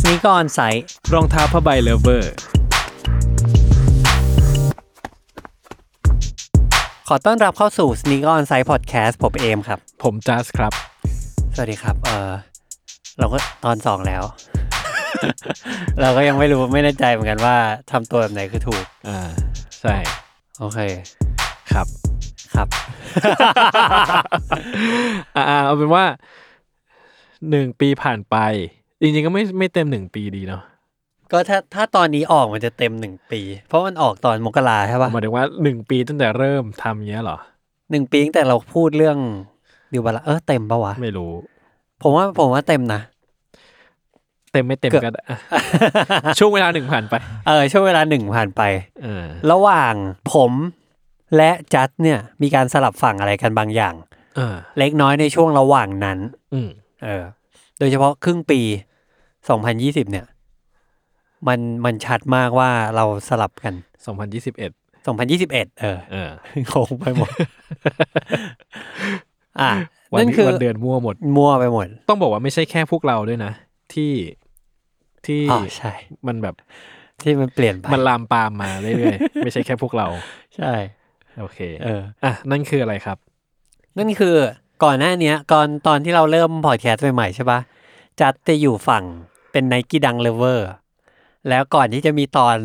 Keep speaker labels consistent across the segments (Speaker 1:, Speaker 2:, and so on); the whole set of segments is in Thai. Speaker 1: สนิกอนไซต์
Speaker 2: รองเท้าผ้าใบเลเวอร์
Speaker 1: ขอต้อนรับเข้าสู่สนิกอนไซต์พอดแคสต์ผมเอมครับ
Speaker 2: ผมจัสครับ
Speaker 1: สวัสดีครับ เออเราก็ตอนสองแล้ว เราก็ยังไม่รู้ไม่แน่ใจเหมือนกันว่าทำตัวแบบไหนคือถูก
Speaker 2: อ่า ใช่
Speaker 1: โอเค
Speaker 2: ครับ
Speaker 1: ครับ
Speaker 2: อ่าเอาเป็นว่าหนึ่งปีผ่านไป จริงๆก็ไม่ไม่เต็มหนึ่งปีดีเนาะ
Speaker 1: ก็ถ้าถ้าตอนนี้ออกมันจะเต็มหนึ่งปี เพราะมันออกตอนมกราใช่ปะ
Speaker 2: หมายถึงว่าหนึ่งปีตั้งแต่เริ่มทำเงี้ยเหรอ
Speaker 1: หนึ่งปีตั้งแต่เราพูดเรื่องดิวบาลานซ์เออเต็มปะวะ
Speaker 2: ไม่รู้
Speaker 1: ผมว่าผมว่าเต็มนะ
Speaker 2: เต็มไม่เต็ม
Speaker 1: เกือบ
Speaker 2: ก็ได้ อ่ะช่วงเวลาหนึ่งผ่านไป
Speaker 1: เออช่วงเวลาหนึ่งผ่านไป
Speaker 2: เออ
Speaker 1: ระหว่างผมและจัดเนี่ยมีการสลับฝั่งอะไรกันบางอย่าง
Speaker 2: เออ
Speaker 1: เล็กน้อยในช่วงระหว่างนั้น
Speaker 2: อืม
Speaker 1: เออ โดยเฉพาะครึ่งปี 2020 เนี่ย มันมันชัดมากว่าเราสลับกัน
Speaker 2: สองพันยี่สิบเอ็ด
Speaker 1: 2021 เอ อ
Speaker 2: เออ
Speaker 1: โงงไปหมด อ่ะ
Speaker 2: วัน
Speaker 1: นั่น
Speaker 2: นี้
Speaker 1: คือ
Speaker 2: วันเดือนมั่วหมด
Speaker 1: มั่วไปหมด
Speaker 2: ต้องบอกว่าไม่ใช่แค่พวกเราด้วยนะ ที่ที่
Speaker 1: อ๋อใช่
Speaker 2: มันแบบ
Speaker 1: ที่มันเปลี่ยนไป
Speaker 2: มันลามปามมาเรื่อยๆ ไม่ใช่แค่พวกเรา
Speaker 1: ใช่
Speaker 2: โอเค
Speaker 1: เออ
Speaker 2: อ่ะ นั่นคืออะไรครับ
Speaker 1: นั่นคือก่อนหน้าเนี้ยก่อนตอนที่เราเริ่มพอดแคสต์ใหม่ๆใช่ปะจัดจะอยู่ฝั่งเป็นไนกี้ดังเลเวอร์แล้วก่อนที่จะมีตอน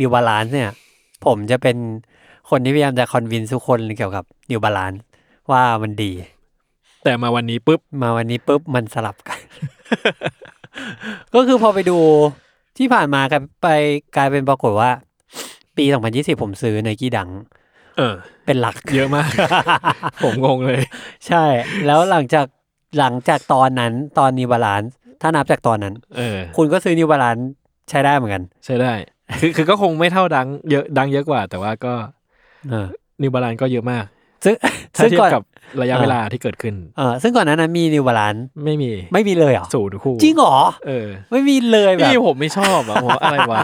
Speaker 1: นิวบาลานซ์เนี่ย ผมจะเป็นคนที่พยายามจะคอนวินทุกคนเกี่ยวกับนิวบาลานซ์ว่ามันดี
Speaker 2: แต่มาวันนี้ปุ๊บ
Speaker 1: มาวันนี้ปุ๊บมันสลับกัน ก็คือพอไปดูที่ผ่านมากันไปกลายเป็นปรากฏว่า ปี 2020 ผมซื้อไนกี้ดัง
Speaker 2: เออ
Speaker 1: เป็นหลัก
Speaker 2: เยอะมาก ผมงงเลย
Speaker 1: ใช่ แล้วหลังจากหลังจากตอนนั้นตอนนิวบาลานซ์ถ้านับจากตอนนั้น
Speaker 2: เออ
Speaker 1: คุณก็ซื้อนิวบาลานซ์ใช้ได้เหมือนกัน
Speaker 2: ใช่ได้ คือคือก็คงไม่เท่าดัง เยอะดังเยอะกว่า แต่ว่าก็
Speaker 1: เออ
Speaker 2: นิวบาลานก็เยอะมาก
Speaker 1: ซึ่ง
Speaker 2: ถ้า
Speaker 1: ซึ่ง
Speaker 2: เทีย
Speaker 1: ก่
Speaker 2: บ
Speaker 1: อน
Speaker 2: กับระยะเวลาที่เกิดขึ้น
Speaker 1: เออซึ่งก่อนหนั้านนะมีนิวบาลานซ์
Speaker 2: ไม่มี
Speaker 1: ไม่มีเลยเหรอ
Speaker 2: สูตรคู่
Speaker 1: จริงเหรอ
Speaker 2: เออ
Speaker 1: ไม่มีเลยแบบ
Speaker 2: นี่ผมไม่ชอบอ่ ะผมว่าอะไรวะ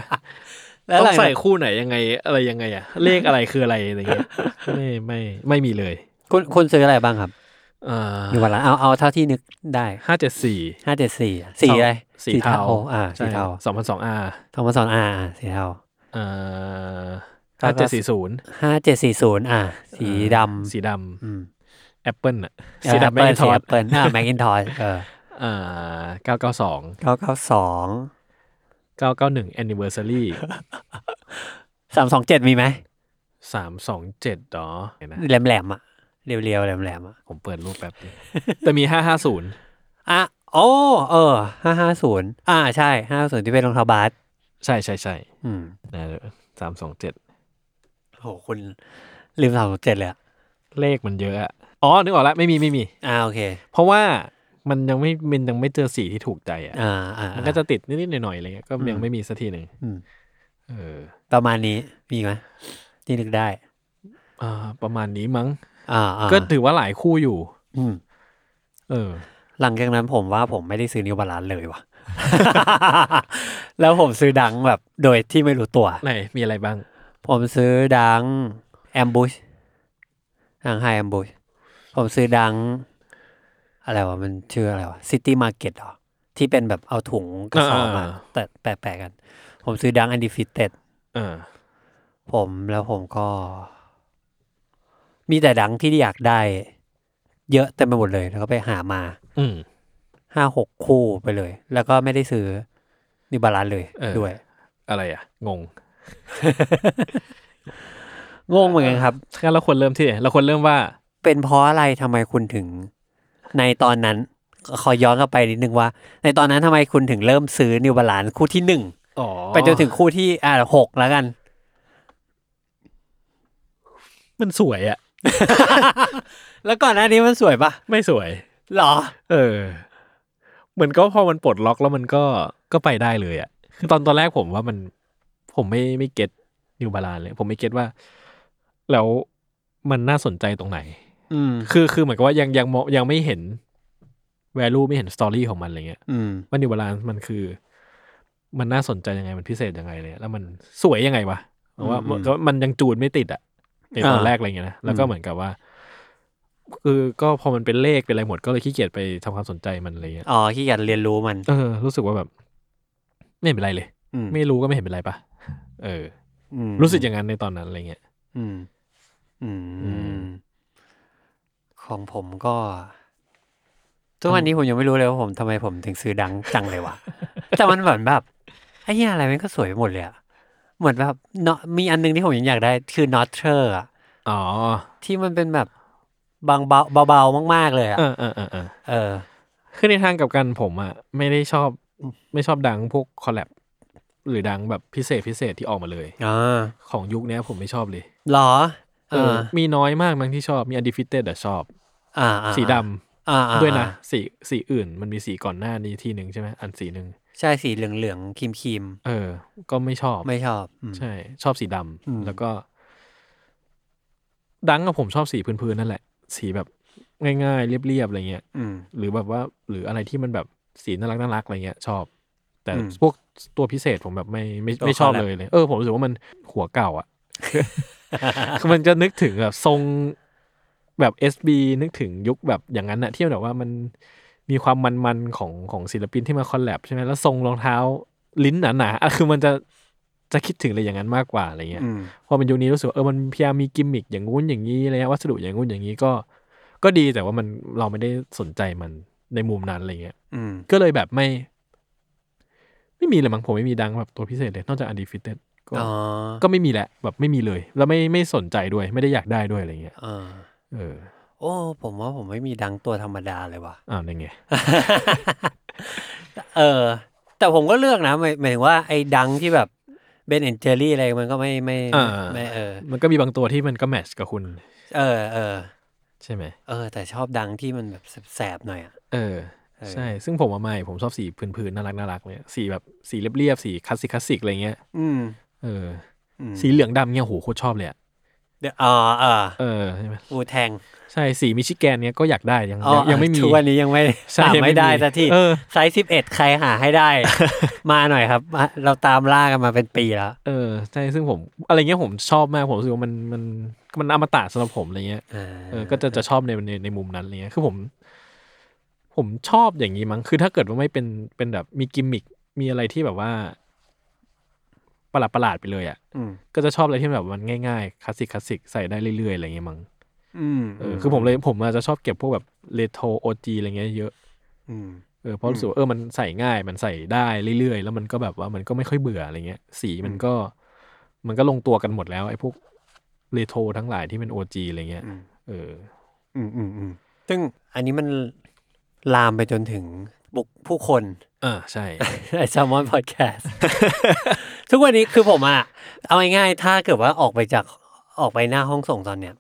Speaker 1: แล้ว
Speaker 2: ต้อ
Speaker 1: ห
Speaker 2: ง
Speaker 1: ลังจาก
Speaker 2: ใส่คู่ไหนยังไงอะไรยังไงอะเลขอะไรคืออะไรอะไรเงี้ย ไม่ไม่ไม่มีเลย
Speaker 1: คุณคุณซื้ออะไรบ้างครับ
Speaker 2: เออ
Speaker 1: นิวบาลานซ์เอาเอาเท่าที่นึกได้
Speaker 2: ห้าเจ็ดสี่
Speaker 1: ห้าเจ็ดสี่สีอะไร
Speaker 2: สีเทา
Speaker 1: อ่าสีเทา
Speaker 2: สองพันสองอา
Speaker 1: ทอมัสอนอ่าอ่าสีเทา
Speaker 2: เออห้าเจ็ดสี่ศูนย์
Speaker 1: ห้าเจ็ดสี่ศูนย์อ่าสีดำ
Speaker 2: สีด
Speaker 1: อืม
Speaker 2: ำแอปเปิลอะ
Speaker 1: เออ
Speaker 2: สีดำแมกนทอ
Speaker 1: แอ
Speaker 2: ส
Speaker 1: ปเปิลอ่าแมกอินทอสเออ
Speaker 2: อ่าเก้าเก้าสอง
Speaker 1: เก้าเก้าสอง
Speaker 2: เก้าเก้าหนึ่งแอนนิเวอร์ซารี
Speaker 1: สามสองเจ็ดมีไหม
Speaker 2: สามสองเจ็ดหรอเห็นนะ
Speaker 1: แหลมแหลมๆอ่ะเรียวเรียวๆแหลมแหลมๆอ่ะ
Speaker 2: ผมเปิดรูปแบบนึงแต่มีห้าห้าศูนย์
Speaker 1: อ่ะโอ้เออห้าห้าศูนย์อ่าใช่ห้าศูนย์ที่เป็นรองเท้าบาส
Speaker 2: ใช่ใช่ใช่
Speaker 1: อืม
Speaker 2: นะสามสองเจ็ด
Speaker 1: โหคุณลืมสามสองเจ็ดเลยอะ
Speaker 2: เลขมันเยอะอะอ๋อ นึกออกแล้วไม่มีไม่มี
Speaker 1: อ่าโอเค
Speaker 2: เพราะว่ามันยังไม่มันยังไม่เจอสีที่ถูกใจอ่ะ
Speaker 1: อ่าอ่า
Speaker 2: มัน
Speaker 1: อ่า
Speaker 2: ก็จะติดนิดๆหน่อยๆอะไรเงี้ยก็ยัง
Speaker 1: อืม
Speaker 2: ไม่มีสักทีหนึ่ง
Speaker 1: อืม
Speaker 2: เออ
Speaker 1: ประมาณนี้มีไหมที่นึกได้
Speaker 2: อ่าประมาณนี้มั้ง
Speaker 1: อ่าอ่า
Speaker 2: ก็ถือว่าหลายคู่อยู่
Speaker 1: อืม
Speaker 2: เออ
Speaker 1: หลังจากนั้นผมว่าผมไม่ได้ซื้อนิวบาลานซ์เลยว่ะ แล้วผมซื้อดังแบบโดยที่ไม่รู้ตัว
Speaker 2: ไหนมีอะไรบ้าง
Speaker 1: ผมซื้อดังแอมบูชดังไฮแอมบูชผมซื้อดัง อะไรวะ มันชื่ออะไรวะซิตี้มาร์เก็ตหรอ ที่เป็นแบบเอาถุงกระสอบมา
Speaker 2: อ่า
Speaker 1: แต่แปะๆกัน ผมซื้อดังอันดิฟิเต็ด
Speaker 2: เออ
Speaker 1: ผมแล้วผมก็ มีแต่ดังที่อยากได้ เยอะเต็มไปหมดเลยแล้วก็ไปหามา
Speaker 2: อืม
Speaker 1: ห้าหกคู่ไปเลย แล้วก็ไม่ได้ซื้อนิบาลานเลย
Speaker 2: เออ
Speaker 1: ด้วย
Speaker 2: อะไรอ่ะ งง
Speaker 1: งงเหมือนกันครับ
Speaker 2: งั้นเราควรเริ่มที่ไหนเราควรเริ่มว่า
Speaker 1: เป็นเพราะอะไรทำไมคุณถึง ในตอนนั้น ขอย้อนกลับไปนิดนึงว่า ในตอนนั้นทำไมคุณถึงเริ่มซื้อนิวบาลานคู่ที่หนึ่ง
Speaker 2: อ๋อ
Speaker 1: ไปจนถึงคู่ที่อ่าหกแล้วกัน
Speaker 2: มันสวยอ่ะ
Speaker 1: แล้วก่อนหน้านี้มันสวยปะ
Speaker 2: ไม่สวย
Speaker 1: หรอ
Speaker 2: เออ เหมือนก็พอมันปลดล็อกแล้วมันก็ก็ไปได้เลยอะ่ะ คือตอนตอนแรกผมว่ามัน ผมไม่ไม่เก็ตนิวบาลานเลย ผมไม่เก็ตว่า แล้วมันน่าสนใจตรงไหน
Speaker 1: อืม
Speaker 2: คือคือเหมือนกับว่ายังยังมองยังไม่เห็น value ไม่เห็นสตอรี่ของมันอะไรเงี้ย
Speaker 1: อืม
Speaker 2: ว่านิวบาลานมันคือ มันน่าสนใจยังไงมันพิเศษยังไงเลยแล้วมันสวยยังไงวะเพราะว่า
Speaker 1: อืม
Speaker 2: ก็มันยังจูนไม่ติดอะ่ะในตอน
Speaker 1: อ่า
Speaker 2: แรกอะไรเงี้ยนะแล้วก็เหมือนกับว่า คือก็พอมันเป็นเลขเป็นอะไรหมดก็เลยขี้เกียจไปทำความสนใจมันอะไรเงี้ย
Speaker 1: อ๋อขี้เกียจเรียนรู้มัน
Speaker 2: เออรู้สึกว่าแบบ ไม่เป็นไรเลย
Speaker 1: อืม
Speaker 2: ไม่รู้ก็ไม่เห็นเป็นไรปะเออ
Speaker 1: อืม
Speaker 2: รู้สึกอย่างนั้นในตอนนั้นอะไรเงี้ย
Speaker 1: อืม อืม
Speaker 2: อืม
Speaker 1: ของผมก็ทุกวันนี้ผมยังไม่รู้เลยว่าผมทำไมผมถึงซื้อดังจังเลยวะ แต่มันเหมือนแบบไอ้เนี่ยอะไรมันก็สวยไปหมดเลยอะเหมือนแบบเนาะมีอันนึงที่ผมยังอยากได้คือนอตเทอร์อะ
Speaker 2: อ๋อ
Speaker 1: ที่มันเป็นแบบบางเบาเบาๆมาก ๆ เลยอะ
Speaker 2: เออเออเออเออ
Speaker 1: เออ
Speaker 2: คือในทางกลับกันผมอ่ะไม่ได้ชอบไม่ชอบดังพวกคอลแลบหรือดังแบบพิเศษพิเศษที่ออกมาเลย
Speaker 1: อ่า
Speaker 2: ของยุคเนี้ยผมไม่ชอบเลย
Speaker 1: หรอ
Speaker 2: เออ มีน้อยมากมั้งที่ชอบมีอันดิฟิเตแต่ชอบ
Speaker 1: อ่าอ่า
Speaker 2: สีดำ
Speaker 1: อ่าอ่า
Speaker 2: ด้วยนะสีสีอื่น มันมีสีก่อนหน้านี้ทีหนึ่งใช่ไหมอันสีหนึ่ง
Speaker 1: ใช่สีเหลืองเหลืองๆครีมครีม
Speaker 2: เออ ก็ไม่ชอบ
Speaker 1: ๆไม่ชอบอืม
Speaker 2: ใช่ ชอบสีดำ
Speaker 1: อืม
Speaker 2: แล้วก็ ดังกับผมชอบสีพื้นๆนั่นแหละ สีแบบง่ายๆ เรียบๆอะไรเงี้ย
Speaker 1: อืม
Speaker 2: หรือแบบว่า หรืออะไรที่มันแบบสีน่ารักน่ารักอะไรเงี้ย ชอบ แต่
Speaker 1: อืม
Speaker 2: พวกตัวพิเศษผมแบบไม่ไม่
Speaker 1: ตัว
Speaker 2: ไม่ชอ
Speaker 1: ค
Speaker 2: บ
Speaker 1: อลแลบ
Speaker 2: เลยเลย เออผมรู้สึกว่ามันหัวเก่า อะคือมันจะนึกถึงแบบทรงแบบเอสบีนึกถึงยุคแบบอย่างนั้นอะที่แบบว่ามันมีความมันๆของของศิลปินที่มาคอลแลบใช่ไหมแล้วทรงรองเท้าลิ้นหนาๆอะ คือมันจะจะคิดถึงอะไรอย่างนั้นมากกว่าอะไรเงี้ย
Speaker 1: อืม
Speaker 2: พอเป็นยุคนี้รู้สึกว่าเออมันพยายามมีกิมมิคอย่างงู้นอย่างนี้อะไรเงี้ยวัสดุอย่างงู้นอย่างนี้ก็ ก็ดีแต่ว่ามันเราไม่ได้สนใจมันในมุมนั้นอะไรเงี้ย
Speaker 1: อืม
Speaker 2: ก็เลยแบบไม่ ไม่มีเลยมั้งผมไม่มีดังแบบตัวพิเศษเลย นอกจากอันดีฟิเต็ดก็
Speaker 1: อ๋อ
Speaker 2: ก็ไม่มีแหละ แบบไม่มีเลย แล้วไม่ไม่สนใจด้วย ไม่ได้อยากได้ด้วยอะไรเงี้ย
Speaker 1: เออ
Speaker 2: เออ
Speaker 1: โอ้ ผมว่าผมไม่มีดังตัวธรรมดาเลยว่ะ
Speaker 2: อ้าวนั่นไง
Speaker 1: เออ แต่ผมก็เลือกนะหมายหมายถึงว่าไอ้ดังที่แบบเบนแอนเจอรี่อะไรมันก็ไม่ไม่
Speaker 2: อ่า
Speaker 1: ไม่เออ
Speaker 2: มันก็มีบางตัวที่มันก็แมทชกับคุณ
Speaker 1: เออเออ
Speaker 2: ใช่ไหม
Speaker 1: เออ แต่ชอบดังที่มันแบบแสบๆหน่อยอ่ะ
Speaker 2: เออ
Speaker 1: เออ
Speaker 2: ใช่ ซึ่งผมว่าไม่ผมชอบสีพื้นๆน่ารักน่ารักเนี่ยสีแบบสีเรียบๆสีคลาสสิกคลาสสิกอะไรเงี้ย
Speaker 1: อืม
Speaker 2: เออ
Speaker 1: อืม
Speaker 2: สีเหลืองดำเนี่ยโหโคตรชอบเลยอะ
Speaker 1: เดี๋ยวอ๋อเออ
Speaker 2: เออใช่ไหม
Speaker 1: อูแทง
Speaker 2: ใช่สีมิชิแกนเนี้ยก็อยากได้ยัง
Speaker 1: อ๋อ
Speaker 2: ยังยังไม่มี
Speaker 1: ทุกวันนี้ยังไม่
Speaker 2: ใช่
Speaker 1: ตาม
Speaker 2: ยังไม่
Speaker 1: ไม่ได้
Speaker 2: มี
Speaker 1: สักที
Speaker 2: เออ
Speaker 1: ไซส์สิบเอ็ดใครหาให้ได้ มาหน่อยครับ เราตามล่ากันมาเป็นปีแล้ว
Speaker 2: เออใช่ซึ่งผม อะไรเงี้ยผมชอบมากผมรู้สึกว่ามันมันมันอมตะสำหรับผมอะไรเงี้ย
Speaker 1: อ่า
Speaker 2: เออก็จะจะชอบในในในมุมนั้นอะไรเงี้ยคือผม ผมชอบอย่างนี้มั้งคือถ้าเกิดว่าไม่เป็นเป็นแบบมีกิมมิคมีอะไรที่แบบว่า ประหลาดประหลาดๆไปเลยอ่ะ
Speaker 1: อืม
Speaker 2: ก็จะชอบอะไรที่แบบมันง่ายๆคลาสสิกคลาสสิกใส่ได้เรื่อยๆอะไรเงี้ยมั้ง
Speaker 1: อืม
Speaker 2: เออคือผมเลยผมอาจจะชอบเก็บพวกแบบเรโทรโอจีอะไรเงี้ยเยอะ
Speaker 1: อืม
Speaker 2: เออเพราะรู้สึกว่าเออมันใส่ง่ายมันใส่ได้เรื่อยๆ แล้วมันก็แบบว่ามันก็ไม่ค่อยเบื่ออะไรเงี้ย สีมันก็ มันก็ลงตัวกันหมดแล้วไอ้พวกเรโทรทั้งหลายที่เป็นโอจีอะไรเงี้ย
Speaker 1: อืม
Speaker 2: เออ
Speaker 1: อืมอืมอืมซึ่งอันนี้มันลามไปจนถึงบุคผู้คน
Speaker 2: อ่าใช่
Speaker 1: ไอแซมมอนพอดแคสต์ ทุกวันนี้คือผมอะเอาง่ายๆถ้าเกิดว่าออกไปจากออกไปหน้าห้องส่งตอนเนี้ย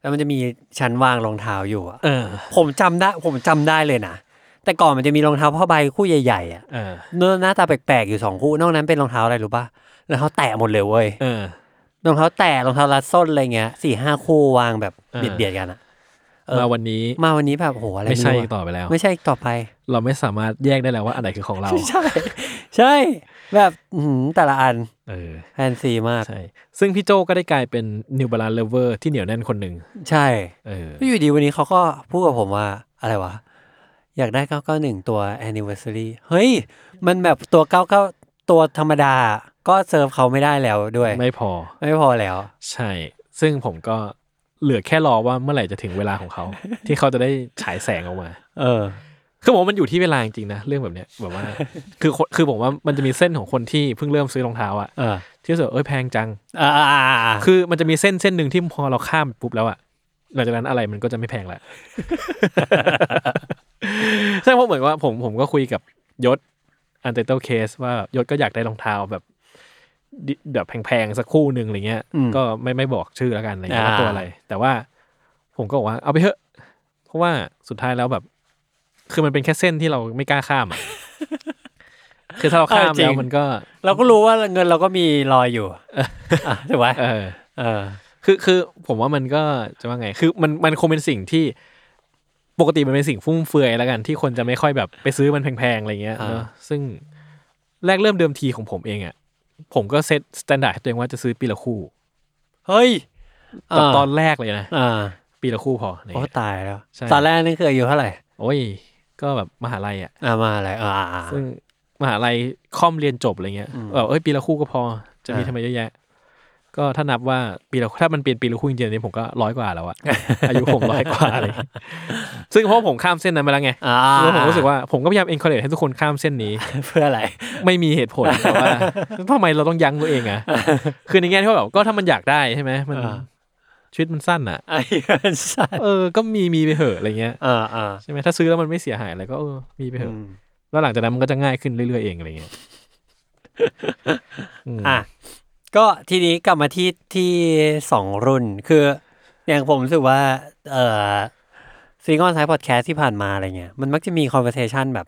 Speaker 1: แล้วมันจะมีชั้นวางรองเท้าอยู่อะ
Speaker 2: เออ
Speaker 1: ผมจำได้ผมจำได้เลยนะ แต่ก่อนมันจะมีรองเท้าผ้าใบคู่ใหญ่ๆอะ
Speaker 2: เออ
Speaker 1: เนื้อหน้าตาแปลกๆอยู่สองคู่นอกนั้นเป็นรองเท้าอะไรรู้ป่ะรองเท้าแตะหมดเลยเว้ย
Speaker 2: เออ
Speaker 1: รองเท้าแตะรองเท้ารัดส้นอะไรเงี้ยสี่ห้าคู่วางแบบ
Speaker 2: เออ
Speaker 1: เบียดๆกันอะ เออ
Speaker 2: มาวันนี้
Speaker 1: มาวันนี้แบบโหอะไร
Speaker 2: ไม่ใช่
Speaker 1: รู้ะ
Speaker 2: อีกต่อไปแล้ว
Speaker 1: ไม่ใช่อีกต่อไป
Speaker 2: เราไม่สามารถแยกได้แล้วว่าอันไหนคือของเรา
Speaker 1: ใช่ ใช่ แบบอื้อหือแต่ละอัน
Speaker 2: เออ
Speaker 1: แฟนซีมาก
Speaker 2: ใช่ ซึ่งพี่โจก็ได้กลายเป็นนิวบาลานเลเวอร์ที่เหนียวแน่นคนหนึ่ง
Speaker 1: ใช่
Speaker 2: เออ
Speaker 1: แล้วอยู่ดีวันนี้เขาก็พูดกับผมว่า อะไรวะ อยากได้ 991 ตัว anniversary เฮ้ย มันแบบตัว 99 ตัวธรรมดา ก็เซิร์ฟเขาไม่ได้แล้วด้วย
Speaker 2: ไม่พอ
Speaker 1: ไม่พอแล้ว
Speaker 2: ใช่ ซึ่งผมก็เหลือแค่รอว่าเมื่อไหร่จะถึงเวลาของ เขา ที่เขาจะได้ฉายแสงออกมา
Speaker 1: เออ
Speaker 2: คือผมว่ามันอยู่ที่เวลาจริงๆนะเรื่องแบบเนี้ยแบบว่า คือคนคือผมว่ามันจะมีเส้นของคนที่เพิ่งเริ่มซื้อรองเท้าอะ
Speaker 1: เออ
Speaker 2: ที่รู้สึกว่าเอ้ยแพงจัง
Speaker 1: อ่าๆๆ
Speaker 2: คือมันจะมีเส้นเส้นหนึ่งที่พอเราข้ามปุ๊บแล้วอะหลังจากนั้นอะไรมันก็จะไม่แพงละ ใช่เพราะเหมือนว่าผมผมก็คุยกับยศอันเตอร์เคสว่ายศก็อยากได้รองเท้าแบบดิแบบแพงๆสักคู่หนึ่งอะไรเงี้ย ก็ไม่ไม่บอกชื่อแล้วกันอะไรเงี้ยว่าตัวอะไร แต่ว่าผมก็บอกว่าเอาไปเถอะ เพราะว่าสุดท้ายแล้วแบบ คือมันเป็นแค่เส้นที่เราไม่กล้าข้าม อะ คือถ้าเราข้ามแล้วมันก็
Speaker 1: เราก็รู้ว่าเงินเราก็มีรอยอยู่ะถูกไหม
Speaker 2: เออ
Speaker 1: เออ
Speaker 2: คือคือผมว่ามันก็จะว่าไง คือมันมันคงเป็นสิ่งที่ปกติมันเป็นสิ่งฟุ่มเฟือยแล้วกันที่คนจะไม่ค่อยแบบไปซื้อมันแพงๆอะไรเงี้ย
Speaker 1: อ่า
Speaker 2: เนอะซึ่งแรกเริ่มเดิมทีของผมเองอะ่ะผมก็เซตสแตนดาร์ดตัวเองว่าจะซื้อปีละคู่
Speaker 1: เฮ้ย
Speaker 2: แต่ตอนแรกเลยนะ
Speaker 1: อ่า
Speaker 2: ปีละคู่พออะไร
Speaker 1: โอ้
Speaker 2: เงี้ย
Speaker 1: ตายแล้ว
Speaker 2: ใช่
Speaker 1: ตอนแรกนี่คืออายุเท่าไหร่
Speaker 2: โอ้ย ก็แบบมหาลัยอ่ะ
Speaker 1: อ่ามาอะไรอ่าๆๆ
Speaker 2: ซึ่งมหาลัยค่อมเรียนจบอะไรเงี้ยแบบเอ้ยปีละคู่ก็พอจะมี
Speaker 1: อ่า
Speaker 2: ทำไมเยอะแยะ ก็ถ้านับว่าปีละถ้ามันเปลี่ยนปีละคู่จริงๆเนี่ยผมก็ร้อยกว่า แล้วอะ อายุผมร้อยกว่าอะไรเงี้ย ซึ่งเพราะผมข้ามเส้นนั้นมาแล้วไง
Speaker 1: อ่า
Speaker 2: แล้วผมรู้สึกว่าผมก็พยายาม encourage ให้ทุกคนข้ามเส้น นี้
Speaker 1: เพื่ออะไร
Speaker 2: ไม่มีเหตุผลแต่ว่าทำไมเราต้องยั้งตัวเอง อะคือในแง่ที่ว่าแบบก็ถ้ามันอยากได้ใช่ไหมมัน
Speaker 1: อ่า
Speaker 2: ชีวิตมันสั้นอะ
Speaker 1: ไอ้สัตว์
Speaker 2: เออก็มีมีไปเถอะอะไรเงี้ย
Speaker 1: อ่าอ่า
Speaker 2: ใช่ไหมถ้าซื้อแล้วมันไม่เสียหายอะไรก็เออมีไปเถอะ แล้วหลังจากนั้นมันก็จะง่ายขึ้นเรื่อยๆเองอะไรเงี้ยอืม
Speaker 1: อ่ะก็ทีนี้กลับมาที่ที่สองรุ่นคืออย่างผมรู้สึกว่า เอ่อซีกอนไซด์พอดแคสที่ผ่านมาอะไรเงี้ยมันมักจะมีคอนเวอร์เซชันแบบ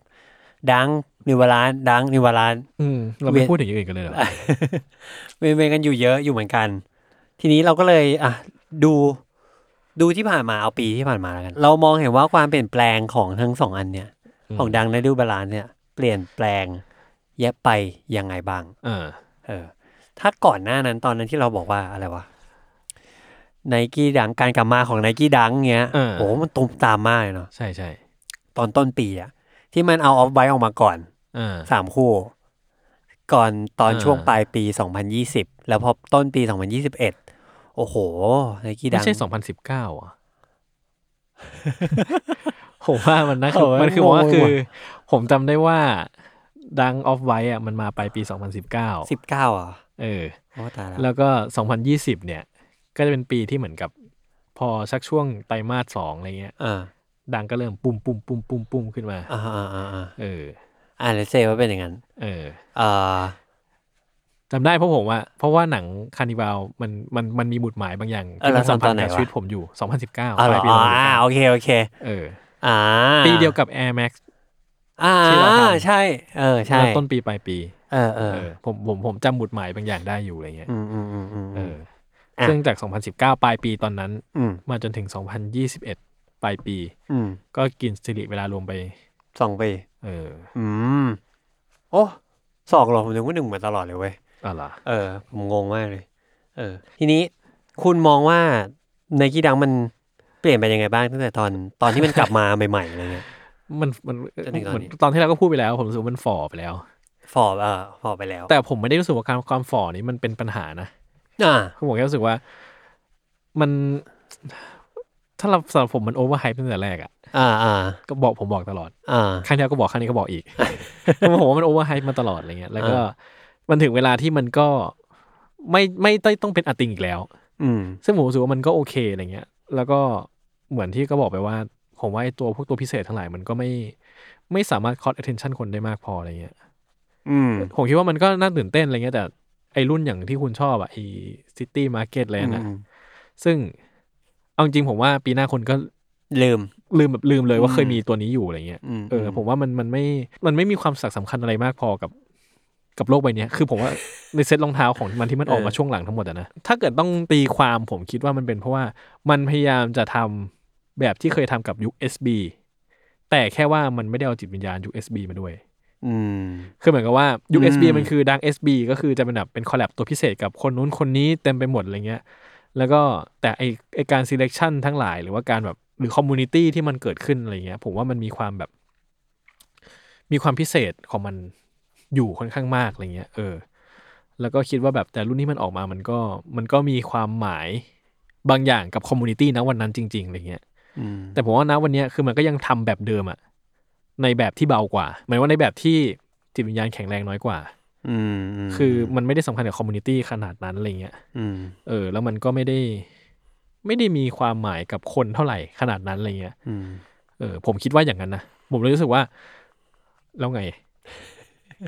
Speaker 1: ดังนิวาลานดังนิวาลาน
Speaker 2: อืมเราไม่พูดถึงอย่างอื่นกันเลยเหรอ
Speaker 1: เวรเวรกันอยู่เยอะอยู่เหมือนกัน ทีนี้เราก็เลยอ่ะดูดูที่ผ่านมาเอาปีที่ผ่านมาแล้วกัน เรามองเห็นว่าความเปลี่ยนแปลงของทั้งสองอันเนี่ย
Speaker 2: อืม
Speaker 1: ของดังและดูบาลานซ์เนี่ย เปลี่ยนแปลงแยะไปยังไงบ้าง
Speaker 2: อ่า
Speaker 1: เออ ถ้าก่อนหน้านั้นตอนนั้นที่เราบอกว่าอะไรวะไนกี้ดังการกลับมาของไนกี้ดังเงี้ยโอ้โหมันตุมตามมากเลยเนาะ
Speaker 2: ใช่ใช่
Speaker 1: ตอนต้นปีอะที่มันเอาออฟไว้ออกมาก่อน
Speaker 2: อ่า
Speaker 1: สามคู่ ก่อนตอน
Speaker 2: อ่า
Speaker 1: ช่วงปลายปี 2020 แล้วพอต้นปี 2021 โอ้โหไนกี้ดั
Speaker 2: ไม่
Speaker 1: ง
Speaker 2: ใช่สองพันสิบเก้าอ่ะ ผมว่ามัน นะคือ
Speaker 1: เออ
Speaker 2: มันคือ
Speaker 1: โอ้ย
Speaker 2: ผมว่าคือ
Speaker 1: ว่ะ
Speaker 2: ผมจำได้ว่าดังออฟไว้อ่ะมันมาไปลายปีสองพันสิบเก้า
Speaker 1: 19อ่ะ
Speaker 2: เออ
Speaker 1: โอ้ตายแล้ว
Speaker 2: แล้วก็สองพันยี่สิบเนี่ย ก็จะเป็นปีที่เหมือนกับ พอชักช่วงไตรมาสสองอะไรเงี้ย
Speaker 1: อ่า
Speaker 2: ดังก็เริ่มปุ่มปุ่มปุ่มปุ่มปุ่มขึ้นมา
Speaker 1: อ่าอ่าอ่าอ่า
Speaker 2: เออ
Speaker 1: อ่าเลเซว่าเป็นอย่างนั้น
Speaker 2: เออ
Speaker 1: เอ่อ
Speaker 2: จำได้เพราะผมว่าเพราะว่าหนังคานิบาลมันมันมันมีบุตรหมายบางอย่าง
Speaker 1: เออ
Speaker 2: มั
Speaker 1: เรา
Speaker 2: สั
Speaker 1: ทำตอนไหน
Speaker 2: กับ
Speaker 1: วะ
Speaker 2: ชีวิตผมอยู่ 2019
Speaker 1: อ๋อเหรอ
Speaker 2: ปลายปี
Speaker 1: อ๋ออ่า
Speaker 2: 2019
Speaker 1: โอเคโอเค
Speaker 2: เออ
Speaker 1: อ่า
Speaker 2: อปีเดียวกับ Air Max
Speaker 1: อ่า
Speaker 2: ที่เราทำ
Speaker 1: ใช่ เออใช่
Speaker 2: เริ่มต้นปีปลายปี
Speaker 1: เออเอ
Speaker 2: เอ
Speaker 1: อ
Speaker 2: อผมผมผมจำบุตรหมายบางอย่างได้อยู่อะไรเงี้ย
Speaker 1: อืมอืมอืมอืม
Speaker 2: เอออะ ซึ่งจาก 2019 ปลายปีตอนนั้น
Speaker 1: อืม
Speaker 2: มาจนถึง 2021 ปลายปี
Speaker 1: อืม
Speaker 2: ก็กินสิริเวลารวมไป
Speaker 1: สองปี
Speaker 2: เออ
Speaker 1: อืมโอ้สองเหรอผมนึกว่าหนึ่งมาตลอดเลยเว้ย
Speaker 2: อะไร
Speaker 1: เออผมงงมากเลย เออ ทีนี้คุณมองว่าในกี้ดังมันเปลี่ยนไปยังไงบ้างตั้งแต่ตอนตอนที่มันกลับมา ใหม่ๆอะไรเงี้ย
Speaker 2: มันมัน
Speaker 1: จนถึงตอนนี้
Speaker 2: เหมือนตอนที่เราก็พูดไปแล้ว ผมรู้สึกว่ามันฝ่อไปแล้ว
Speaker 1: ฟอบเออฟอบไปแล้ว
Speaker 2: แต่ผมไม่ได้รู้สึกว่าการความฝ่อนี้มันเป็นปัญหานะ
Speaker 1: อ่า
Speaker 2: คือผมแค่รู้สึกว่ามัน ถ้าเราสำหรับผมมันโอเวอร์ไฮตั้งแต่แรกอะ่ะ
Speaker 1: อ่าอ่า
Speaker 2: ก็บอกผมบอกตลอด
Speaker 1: อ่า
Speaker 2: ครั้งที่แล้วก็บอกครั้งนี้ก็บอกอีก คือผมว่ามันโอเวอร์ไฮมาตลอดอะไรเงี้ยแล้วก็
Speaker 1: อ่า
Speaker 2: มันถึงเวลาที่มันก็ไม่ไม่ได้ต้องเป็นอติงอีกแล้ว
Speaker 1: อืม
Speaker 2: ซึ่งผมรู้สึกว่ามันก็โอเคอะไรเงี้ย แล้วก็เหมือนที่ก็บอกไปว่า ผมว่าไอ้ตัวพวกตัวพิเศษทั้งหลายมันก็ไม่ไม่สามารถ caught attention คนได้มากพออะไรเงี้ย
Speaker 1: อืม
Speaker 2: ผมคิดว่ามันก็น่าตื่นเต้นอะไรเงี้ยแต่ไอรุ่นอย่างที่คุณชอบอะไอซิตี้มาร์เก็ตเลยนะ
Speaker 1: อืม
Speaker 2: ซึ่งเอาจริงๆผมว่าปีหน้าคนก็
Speaker 1: ลืม
Speaker 2: ลืมแบบลืมเลยว่าเคยมีตัวนี้อยู่อะไรเงี้ย
Speaker 1: อืม
Speaker 2: เอออ
Speaker 1: ม
Speaker 2: ผมว่ามันมันไม่มันไม่มีความสักสำคัญอะไรมากพอกับกับโลกใบเนี้ยคือผมว่า ในเซ็ตรองเท้าของมันที่มันออกมาช่วงหลังทั้งหมดอะนะถ้าเกิดต้องตีความผมคิดว่ามันเป็นเพราะว่ามันพยายามจะทำแบบที่เคยทำกับยุค SB แต่แค่ว่ามันไม่ได้เอาจิตวิญญาณยุค SB มาด้วย
Speaker 1: อืม
Speaker 2: คือเหมือนกับว่ายุค
Speaker 1: อืม
Speaker 2: SB มันคือดัง SB ก็คือจะเป็นแบบเป็นคอลแลบตัวพิเศษกับคนนู้นคนนี้เต็มไปหมดอะไรเงี้ย แล้วก็แต่ไอไอการ selection ทั้งหลายหรือว่าการแบบหรือคอมมูนิตี้ที่มันเกิดขึ้นอะไรเงี้ย ผมว่ามันมีความแบบ มีความพิเศษของมันอยู่ค่อนข้างมากอะไรเงี้ยเออ แล้วก็คิดว่าแบบแต่รุ่นที่มันออกมามันก็มันก็มีความหมายบางอย่างกับคอมมูนิตี้นะวันนั้นจริงๆอะไรเงี้ย
Speaker 1: อืม
Speaker 2: แต่ผมว่านะวันเนี้ยคือมันก็ยังทำแบบเดิมอะในแบบที่เบากว่าหมายว่าในแบบที่จิตวิญญาณแข็งแรงน้อยกว่า
Speaker 1: อืมม
Speaker 2: คือมันไม่ได้สำคัญกับคอมมูนิตี้ขนาดนั้นอะไรเงี้ย
Speaker 1: อืม
Speaker 2: เออ แล้วมันก็ไม่ได้ ไม่ได้มีความหมายกับคนเท่าไหร่ขนาดนั้นอะไรเงี้ย
Speaker 1: อืม
Speaker 2: เออ ผมคิดว่าอย่างนั้นนะ ผมเลยรู้สึกว่า แล้วไง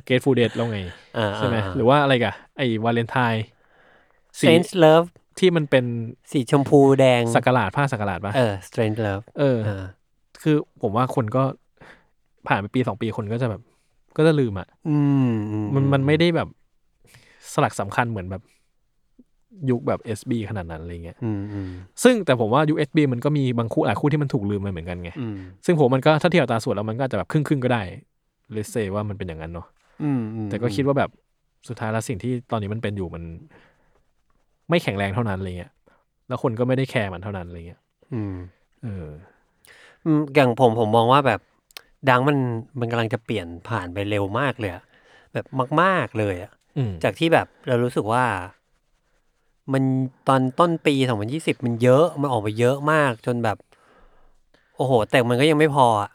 Speaker 2: เกตฟูเดตแล้วไง
Speaker 1: อ่า
Speaker 2: ใช่ไหมหรือว่าอะไรกะไอ้วาเลนไทน์
Speaker 1: เซ
Speaker 2: สี
Speaker 1: นส์เลิฟ
Speaker 2: ที่มันเป็น
Speaker 1: สีชมพูแดง
Speaker 2: สักหลาดผ้าสักหลาดปะ
Speaker 1: เออ strange love
Speaker 2: เออ
Speaker 1: อ่า
Speaker 2: คือผมว่าคนก็ผ่านไปปีสองปีคนก็จะแบบ ก็จะลืมอ่ะ
Speaker 1: อืมอื
Speaker 2: มันมันไม่ได้แบบสลักสำคัญเหมือนแบบยุคแบบ SB ขนาดนั้นอะไรเงี้ย
Speaker 1: อืมอืม
Speaker 2: ซึ่งแต่ผมว่า USB มันก็มีบางคู่หลายคู่ที่มันถูกลืมไปเหมือนกันไง
Speaker 1: อืม
Speaker 2: ซึ่งผมมันก็ถ้าเทียบอัตราส่วนแล้วมันก็อาจจะแบบครึ่งครึ่งๆก็ได้เลเซว่ามันเป็นอย่างนั้นเนาะ
Speaker 1: อืมอืม
Speaker 2: แต่ก็คิดว่าแบบสุดท้ายแล้วสิ่งที่ตอนนี้มันเป็นอยู่มัน ไม่แข็งแรงเท่านั้นอะไรเงี้ย แล้วคนก็ไม่ได้แคร์มันเท่านั้นอะไรเงี้ย
Speaker 1: อืม
Speaker 2: เออ
Speaker 1: อืมอย่างผมผมมองว่าแบบดังมันมันกำลังจะเปลี่ยนผ่านไปเร็วมากเลยอะแบบมาก ๆ เลยอะ
Speaker 2: อืม
Speaker 1: จากที่แบบเรารู้สึกว่า มันตอนต้นปีสองพันยี่สิบมันเยอะมันออกมาเยอะมาก จนแบบ โอ้โห แต่มันก็ยังไม่พออะ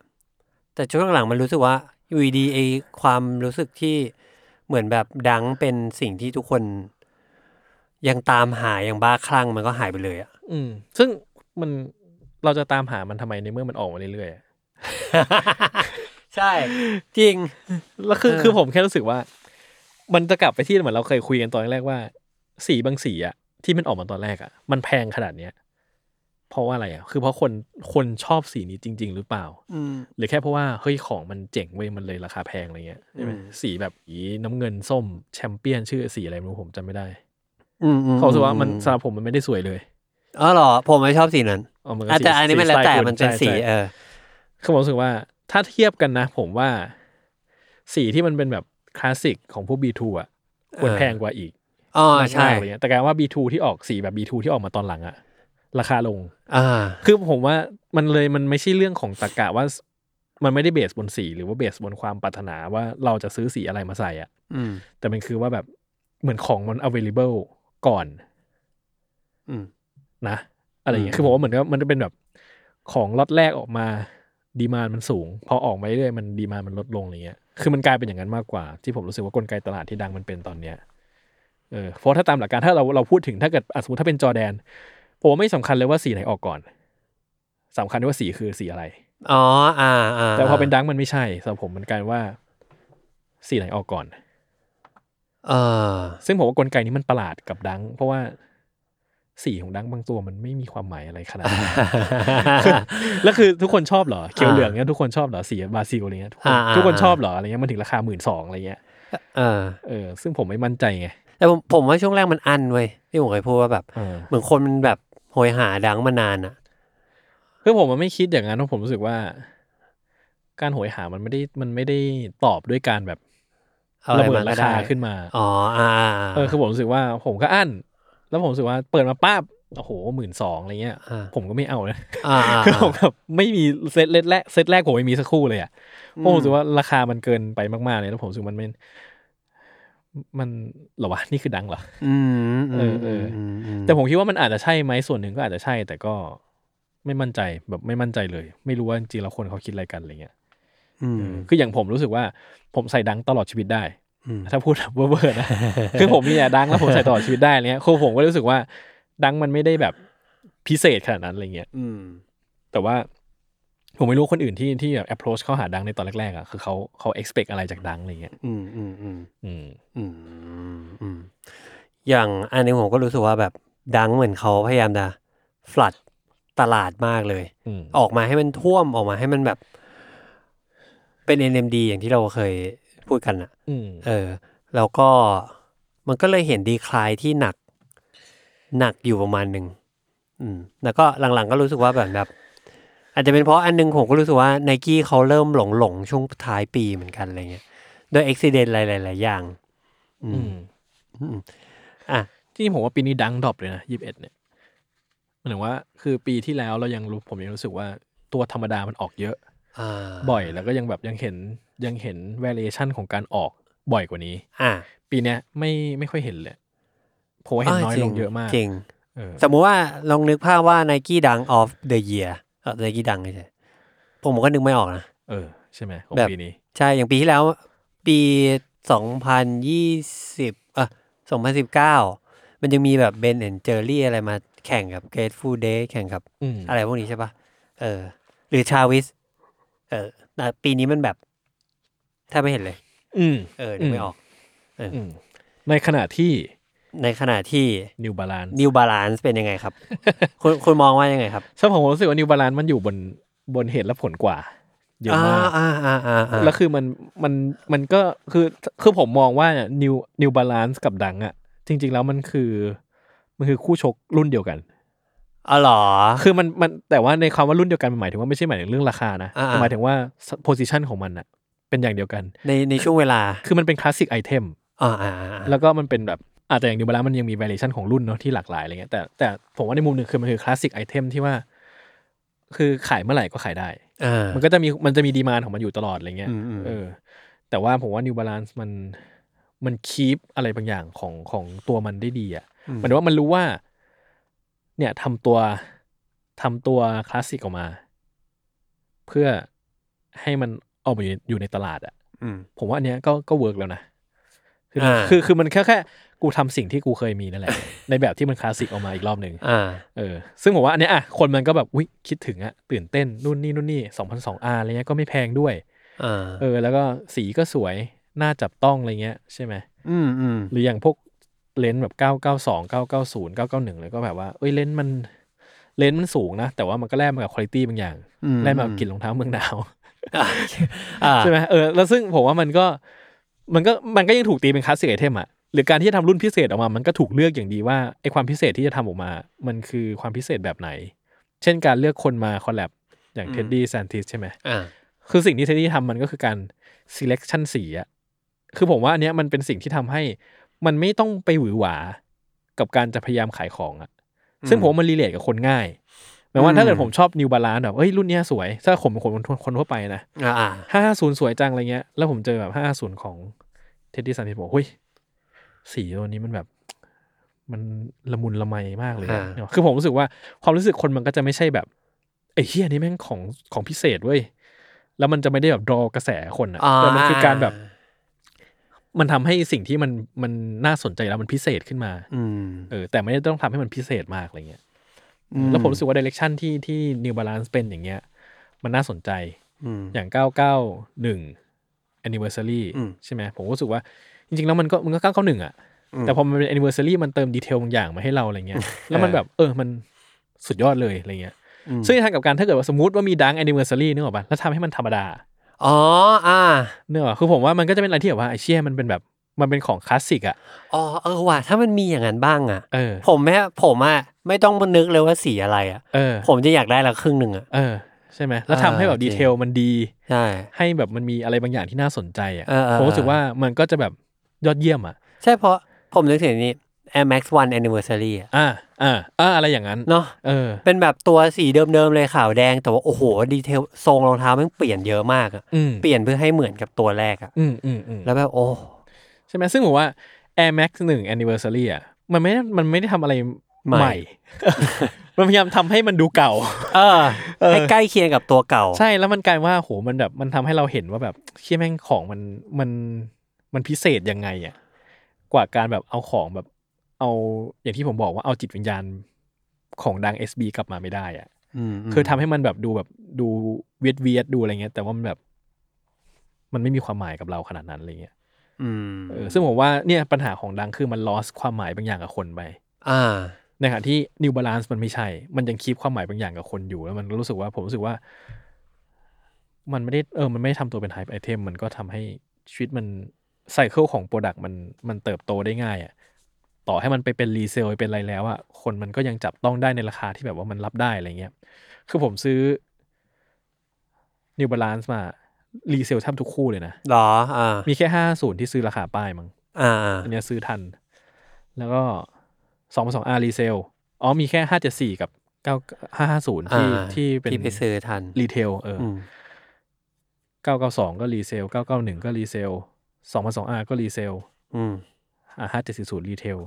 Speaker 1: แต่ช่วงหลังมันรู้สึกว่าอยู่ดีๆไอความรู้สึกที่เหมือนแบบดังเป็นสิ่งที่ทุกคน ยังตามหาอย่างบ้าคลั่งมันก็หายไปเลยอะ
Speaker 2: อืม ซึ่งมันเราจะตามหามันทำไมในเมื่อมันออกมาเรื่อยๆอะ
Speaker 1: ใช่ จริง
Speaker 2: แล้วคือ
Speaker 1: เออ
Speaker 2: คือผมแค่รู้สึกว่า มันจะกลับไปที่เหมือนเราเคยคุยกันตอนแรกว่า สีบางสีอะที่มันออกมาตอนแรกอะมันแพงขนาดเนี้ย เพราะว่าอะไรอะคือเพราะคนคนชอบสีนี้จริง ๆ หรือเปล่า
Speaker 1: อืม
Speaker 2: หรือแค่เพราะว่าเฮ้ยของมันเจ๋งเว้ยมันเลยราคาแพงอะไรเงี้ยใช่ไหม
Speaker 1: อืม
Speaker 2: สีแบบอีน้ำเงินส้มแชมเปี้ยนชื่อสีอะไรไม่รู้ผมจำไม่ได้
Speaker 1: อืมอื
Speaker 2: เขาสึกว่ามัน
Speaker 1: อื
Speaker 2: สำหรับผมมันไม่ได้สวยเลย
Speaker 1: อ๋อเหรอ ผมไม่ชอบสีนั้น
Speaker 2: เามันก็
Speaker 1: อาจ
Speaker 2: สี
Speaker 1: จะอันนี้
Speaker 2: สี
Speaker 1: มันแล้ว
Speaker 2: ส
Speaker 1: แต่
Speaker 2: คุณ
Speaker 1: มันเป็น
Speaker 2: ใช่
Speaker 1: สี
Speaker 2: ใช่
Speaker 1: เออ
Speaker 2: คือผมรู้สึกว่าถ้าเทียบกันนะ ผมว่าสีที่มันเป็นแบบคลาสสิกของพวก B2 อ่ะควร
Speaker 1: เออ
Speaker 2: แพงกว่าอีก
Speaker 1: อ๋อใช่
Speaker 2: มากๆอะไรเงี้ยแต่การว่า B2 ที่ออกสีแบบ B2 ที่ออกมาตอนหลังอะราคาลง
Speaker 1: อ่า
Speaker 2: คือผมว่ามันเลยมันไม่ใช่เรื่องของตะกะว่า มันไม่ได้เบสบนสี หรือว่าเบสบนความปรารถนาว่าเราจะซื้อสีอะไรมาใส่อะ
Speaker 1: อืม
Speaker 2: แต่มันคือว่าแบบเหมือนของมัน available ก่อน
Speaker 1: อืม
Speaker 2: นะอะไรอย่าง
Speaker 1: อื
Speaker 2: เงี้
Speaker 1: ม
Speaker 2: ยคือผมว่าเหมือนกับมันจะเป็นแบบของล็อตแรกออกมาดีมานมันสูง พอออกมาเรื่อยๆมันดีมานมันลดลงอะไรเงี้ยคือมันกลายเป็นอย่างนั้นมากกว่า ที่ผมรู้สึกว่ากลไกตลาดที่ดังมันเป็นตอนเนี้ยเออเพราะถ้าตามหลักการถ้าเราเราพูดถึงถ้าเกิดอ่ะสมมติถ้าเป็นจอร์แดนผมว่าไม่สำคัญเลยว่าสีไหนออกก่อนสำคัญว่าสีคือสีอะไร
Speaker 1: อ๋ออ่าอ่า
Speaker 2: แต่พอเป็นดังมันไม่ใช่สำหรับผมมันกลายว่าสีไหนออกก่อน
Speaker 1: เออ
Speaker 2: ซึ่งผมว่ากลไกนี้มันประหลาดกับดัง เพราะว่าสีของดังบางตัวมันไม่มีความหมายอะไรขนาดนั้น แล้วคือทุกคนชอบเหรอเขียวเหลืองเนี้ยทุกคนชอบเหรอสีบราซิลอะไรเงี้ยทุกคน
Speaker 1: อ่าๆ
Speaker 2: ทุกคนชอบเหรออะไรเงี้ยมันถึงราคาหมื่นสองอะไรเงี้ย
Speaker 1: เออ
Speaker 2: เออซึ่งผมไม่มั่นใจไง
Speaker 1: แต่ผมผมว่าช่วงแรกมันอันเว้ยที่ผมเคยพูดว่าแบบ
Speaker 2: เออ
Speaker 1: เหมือนคนมันแบบโหยหาดังมานานอะ
Speaker 2: คือผมมันไม่คิดอย่างนั้นเพราะผมรู้สึกว่า การโหยหามันไม่ได้มันไม่ได้ตอบด้วยการแบบ
Speaker 1: เอาอะ
Speaker 2: ระ
Speaker 1: ไร
Speaker 2: เบิด
Speaker 1: มาก็
Speaker 2: รา
Speaker 1: ได้
Speaker 2: คาขึ้นมา
Speaker 1: อ๋ออ่าาา
Speaker 2: เออคือผมรู้สึกว่าผมก็อั้นแล้วผมรู้สึกว่าเปิดมาป้าบโอ้โหหมื่นสองอะไรเงี้ย
Speaker 1: อ่า
Speaker 2: ผมก็ไม่เอานะ
Speaker 1: อ่าอ่า
Speaker 2: คือผมแบบไม่มีเซตแรกเซตแรกผมไม่มีสักคู่เลยอ่ะ ผมรู้สึกว่าราคามันเกินไปมากๆเลยแล้วผมรู้สึกมันไม่มันเหรอวะนี่คือดังเหรอ
Speaker 1: อืม
Speaker 2: เออเออ แต่ผมคิดว่ามันอาจจะใช่ไหมส่วนหนึ่งก็อาจจะใช่ แต่ก็ไม่มั่นใจแบบไม่มั่นใจเลย ไม่รู้ว่าจริงๆแล้วคนเขาคิดอะไรกันอะไรเงี้ย
Speaker 1: อืม
Speaker 2: เออคืออย่างผมรู้สึกว่าผมใส่ดังตลอดชีวิตได้
Speaker 1: อืม
Speaker 2: ถ้าพูดแบบเวอร์ๆนะ คือผมมีแต่ดังแล้วผมใส่ตลอดชีวิตได้อะไรเงี้ยคือผมก็รู้สึกว่า ดังมันไม่ได้แบบพิเศษขนาดนั้นอะไรเงี้ย
Speaker 1: อืม
Speaker 2: แต่ว่าผมไม่รู้คนอื่นที่ที่แบบ approach เข้าหาดังในตอนแรกๆอ่ะคือเขาเขา expect อะไรจากดังอะไรเงี้ย
Speaker 1: อืมอืมอืม
Speaker 2: อืม
Speaker 1: อืมอืมอย่างอันนี้ผมก็รู้สึกว่าแบบดังเหมือนเขาพยายามจะฟลัดตลาดมากเลย
Speaker 2: อืม
Speaker 1: ออกมาให้มันท่วมออกมาให้มันแบบ เป็น NMD อย่างที่เราเคยพูดกันอะ
Speaker 2: อืม
Speaker 1: เออ แล้วก็มันก็เลยเห็นดีคลายที่หนัก หนักอยู่ประมาณหนึ่งอืม แล้วก็หลังๆก็รู้สึกว่าแบบแบบ อาจจะเป็นเพราะอันหนึงผมก็รู้สึกว่าไนกี้เขาเริ่มหลงหลงๆช่วงท้ายปีเหมือนกันอะไรเงี้ยโดยอุบิเหตุหลายๆอย่าง อื
Speaker 2: อื
Speaker 1: ม
Speaker 2: ม
Speaker 1: อ่ะ
Speaker 2: ที่ผมว่าปีนี้ดังดรอปเลยนะยี่สิบเอ็ดเนี่ยหมายถึงว่า คือปีที่แล้วเรายังรู้ผมยังรู้สึกว่าตัวธรรมดามันออกเยอะ
Speaker 1: อ่า
Speaker 2: บ่อยแล้วก็ยังแบบยังเห็นยังเห็น variation ของการออก บ่อยกว่านี้
Speaker 1: อ่า
Speaker 2: ปีเนี้ยไม่ไม่ค่อยเห็นเลยผมว่าเห็นน้อยลงเยอะมาก
Speaker 1: จริง
Speaker 2: เออ
Speaker 1: สมมุติว่าลองนึกภาพว่า n i กี้ดัง of the year เออ n i กี้ดังใช่ผมก็นึกไม่ออกนะ
Speaker 2: เออใช่ไหมของ
Speaker 1: แบบ
Speaker 2: ปีนี้
Speaker 1: ใช่ อย่างปีที่แล้ว ปีสองพันยี่สิบเออสองพันสิบเก้ามันยังมีแบบเบนแอนเจอรี่อะไรมาแข่งกับเกร f u l Day แข่งกับ
Speaker 2: อืม
Speaker 1: อะไรพวกนี้ใช่ปะเออ หรือชาวิส เออแต่ปีนี้มันแบบแทบไม่เห็นเลย
Speaker 2: อืม
Speaker 1: เออนึกไม่ออก
Speaker 2: อืมในขณะที่
Speaker 1: ในขณะที่
Speaker 2: นิวบาลาน
Speaker 1: นิวบาลานซ์เป็นยังไงครับ คุณคุณมองว่ายังไงครับ
Speaker 2: ถ้าผมรู้สึกว่านิวบาลานมันอยู่บนบนเหตุและผลกว่าเยอะมาก
Speaker 1: อ่าอ่าอ่าอ่า
Speaker 2: แล้วคือมันมันมันก็คือคือผมมองว่านิวนิวบาลานซ์กับดังอะจริง ๆ แล้วมันคือมันคือคู่ชกรุ่นเดียวกัน
Speaker 1: อ๋อเหรอ
Speaker 2: คือมันมันแต่ว่าในคำว่ารุ่นเดียวกันมันหมายถึงว่าไม่ใช่หมายถึงเรื่องราคานะ
Speaker 1: อ่าๆ
Speaker 2: แต่หมายถึงว่าโพ i ิชันของมันอะเป็นอย่างเดียวกัน
Speaker 1: ในในช่วงเวลา
Speaker 2: คือมันเป็นคลาสสิกไอเทม
Speaker 1: อ่าอ่าอ่า
Speaker 2: แล้วก็มันเป็นแบบอาจจะแต่อย่างนิวบาลานซ์มันยังมี variation ของรุ่นเนาะที่หลากหลายอะไรเงี้ยแต่แต่ผมว่าในมุมหนึ่งคือมันคือคลาสสิกไอเทมที่ว่า คือขายเมื่อไหร่ก็ขายได้
Speaker 1: อ่า
Speaker 2: มันก็จะมีมันจะมีดีมานของมันอยู่ตลอดอะไรเงี้ย
Speaker 1: อืมอืม
Speaker 2: เออ แต่ว่าผมว่า New Balance มันมันคีปอะไรบางอย่างของของตัวมันได้ดีอะ่ะหมายถึงว่ามันรู้ว่า เนี่ยทำตัวทำตัวคลาสสิกออกมา เพื่อให้มันออกมาอยู่อยู่ในตลาดอะ่ะ
Speaker 1: อืม
Speaker 2: ผมว่าอันเนี้ยก็ก็เวิร์กแล้วนะคือ
Speaker 1: อ่า
Speaker 2: คือคือมันแค่แค่กูทำสิ่งที่กูเคยมีนั่นแหละ ในแบบที่มันคลาสสิกออกมาอีกรอบหนึ่ง
Speaker 1: อ่า
Speaker 2: เออซึ่งผมว่าอันเนี้ยอ่ะคนมันก็แบบอุ้ยคิดถึงอะตื่นเต้นนู่นนี่นู่นนี่สองพันสองอาร์อะไรเงี้ยก็ไม่แพงด้วย
Speaker 1: อ่า
Speaker 2: เออ แล้วก็สีก็สวยน่าจับต้องอะไรเงี้ยใช่ไหม
Speaker 1: อืมอืม
Speaker 2: หรืออย่างพวกเลนส์แบบ 992 990 991เลยก็แบบว่า เอ้ยเลนส์มันเลนส์มันสูงนะ แต่ว่ามันก็แลกมากับคุณภาพบางอย่างแลกมากับกลิ่นรองเท้าเมืองหนาว
Speaker 1: อ่า
Speaker 2: ใช่ไหมเออแล้วซึ่งผมว่ามันก็มันก็มันก็ยังถูกตีเป็นคลาสสิกไอเทมอะหรือการที่จะทำรุ่นพิเศษออกมามันก็ถูกเลือกอย่างดีว่าไอความพิเศษที่จะทำออกมา มันคือความพิเศษแบบไหน เช่นการเลือกคนมาคอลแลบอย่างเท็ดดี้แซนติสใช่ไหม
Speaker 1: อ่า
Speaker 2: คือสิ่งที่เท็ดดี้ทำมันก็คือการ selection สีอะคือผมว่าอันเนี้ยมันเป็นสิ่งที่ทำให้มันไม่ต้องไปหวือหวากับการจะพยายามขายของอะซึ่งผมว่ามันรีเลทกับคนง่ายหมายว่าถ้าเกิดผมชอบนิวบาลานแบบเอ้ยรุ่นเนี้ยสวยถ้าผมเป็นคนคนทั่วไปนะ
Speaker 1: อ่าอ่า
Speaker 2: ห้าห้าศูนย์สวยจังอะไรเงี้ย แล้วผมเจอแบบห้าศูนย์ของเท็ดดี้ซันติบอกเฮ้ยสีตัวนี้มันแบบ มันละมุนละไมมากเลยอะเนอะคือผมรู้สึกว่าความรู้สึกคนมันก็จะไม่ใช่แบบไอ้เฮียนี่แม่งของของพิเศษเว้ย แล้วมันจะไม่ได้แบบรอกระแสคนอะ
Speaker 1: อ่า
Speaker 2: แต่มันคือการแบบมันทำให้สิ่งที่มันมันน่าสนใจแล้วมันพิเศษขึ้นมา
Speaker 1: อืม
Speaker 2: เออแต่ไม่ได้ต้องทำให้มันพิเศษมากอะไรเงี้ยแล้วผมรู้สึกว่าดิเรกชันที่ที่ New Balance เป็นอย่างเงี้ย มันน่าสนใจ
Speaker 1: อืม
Speaker 2: อย่าง 991 anniversary
Speaker 1: อืม
Speaker 2: ใช่ไหมผมรู้สึกว่า จริง ๆ แล้วมันก็มันก็ 991 อ่ะ แต่พอมันเป็น anniversary มันเติมดีเทลบางอย่างมาให้เราอะไรเงี้ย แล้วมันแบบ เออ มันสุดยอดเลยอะไรเงี้ย ซึ่งในทางกลับการถ้าเกิดว่าสมมติว่ามีดัง anniversary นึกออกปะแล้วทำให้มันธรรมดา
Speaker 1: อ๋ออ่า
Speaker 2: เนกออกปะคือผมว่ามันก็จะเป็นอะไรที่แบบว่าไอเชี่ยมันเป็นแบบมันเป็นของคลาสสิกอ่ะ
Speaker 1: อ๋อเออว่ะถ้ามันมีอย่างนั้นบ้างอ่ะ
Speaker 2: เออ
Speaker 1: ผมแม่ผมอ่ะไม่ต้องมานึกเลยว่าสีอะไรอ่ะ
Speaker 2: เออ
Speaker 1: ผมจะอยากได้ละครึ่งหนึ่งอ่ะ
Speaker 2: เออใช่ไหมแล้วทำให้แบบ
Speaker 1: เออจริง
Speaker 2: ดีเทลมันดี
Speaker 1: ใช่
Speaker 2: ให้แบบมันมีอะไรบางอย่างที่น่าสนใจอ่ะ
Speaker 1: เออเออ
Speaker 2: ผมรู้สึกว่ามันก็จะแบบยอดเยี่ยมอ่ะ
Speaker 1: ใช่เพราะผมนึกถึงนี้ Air Max 1 Anniversary อ่ะ
Speaker 2: อ่าอ่าอ่าอะไรอย่างนั้น
Speaker 1: เนาะ
Speaker 2: เออ
Speaker 1: เป็นแบบตัวสีเดิมๆเลยขาวแดง แต่ว่า โอ้โห ดีเทลทรงรองเท้าแมันเปลี่ยนเยอะมากอะ
Speaker 2: อืม
Speaker 1: เปลี่ยนเพื่อให้เหมือนกับตัวแรกอะ
Speaker 2: อืมอืมอืม
Speaker 1: แล้วแบบ โอ้
Speaker 2: ใช่ไหมซึ่งผมว่า Air Max 1 Anniversary อ่ะมันไม่ได้มันไม่ได้ทำอะไร
Speaker 1: ใหม่
Speaker 2: ใหม่ มันพยายามทำให้มันดูเก่า
Speaker 1: เออให้ใกล้เคียงกับตัวเก่า
Speaker 2: ใช่แล้วมันกลายว่าโหมันแบบมันทำให้เราเห็นว่าแบบเชี่ยแม่งของมันมันมันพิเศษยังไงอ่ะกว่าการแบบเอาของแบบเอาอย่างที่ผมบอกว่าเอาจิตวิญญาณของดัง SB กลับมาไม่ได้อ่ะ
Speaker 1: อืม
Speaker 2: คือทำให้มันแบบดูแบบดูเวียดเวียดๆดูอะไรเงี้ย แต่ว่ามันแบบ มันไม่มีความหมายกับเราขนาดนั้นอะไรเงี้ย
Speaker 1: อืม
Speaker 2: เออซึ่งผมว่าเนี่ยปัญหาของดังคือมัน loss ความหมายบางอย่างกับคนไป
Speaker 1: อ่า
Speaker 2: ในขณะที่ New Balance มันไม่ใช่ มันยังคีบความหมายบางอย่างกับคนอยู่ แล้วมันก็รู้สึกว่าผมรู้สึกว่า มันไม่ได้เออมันไม่ได้ทำตัวเป็น hype item มันก็ทำให้ชีวิตมันไซเคิลของ product มันมันเติบโตได้ง่ายอะ่ะต่อให้มันไปเป็นรีเซลเป็นอะไรแล้วอะ่ะคนมันก็ยังจับต้องได้ในราคาที่แบบว่ามันรับได้อะไรเงี้ยคือผมซื้อ New Balance มารีเซลแทบทุกคู่เลยนะ
Speaker 1: หรอ อ่า
Speaker 2: มีแค่ห้าศูนย์ที่ซื้อราคาป้ายมั้ง
Speaker 1: อ่า
Speaker 2: อันเนี้ยซื้อทัน แล้วก็สองสองอารีเซล อ๋อมีแค่ห้าเจ็ดสี่กับเก้าห้าห้าศูนย์ที่
Speaker 1: อ่า
Speaker 2: ที่เป็น
Speaker 1: ที่ไปซื้อทัน
Speaker 2: รีเทลเออ
Speaker 1: อืม
Speaker 2: เก้าเก้าสองก็รีเซลเก้าเก้าหนึ่งก็รีเซล 2002R ก็รีเซล
Speaker 1: อืม
Speaker 2: อ่า5740รีเทล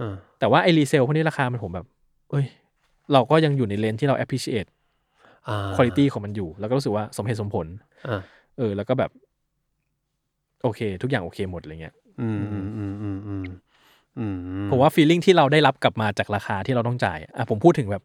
Speaker 1: อ่า
Speaker 2: แต่ว่าไอรีเซลพวกนี้ราคามันผมแบบ เอ้ย เราก็ยังอยู่ในเลนที่เรา appreciate
Speaker 1: อ่า
Speaker 2: quality ของมันอยู่ แล้วก็รู้สึกว่าสมเหตุสมผล
Speaker 1: อ่า
Speaker 2: เออ แล้วก็แบบ โอเค ทุกอย่างโอเคหมดอะไรเงี้ย
Speaker 1: อืมอืมอืมอืมอืมอืม
Speaker 2: ผมว่า feeling ที่เราได้รับกลับมาจากราคาที่เราต้องจ่ายอ่ะผมพูดถึงแบบ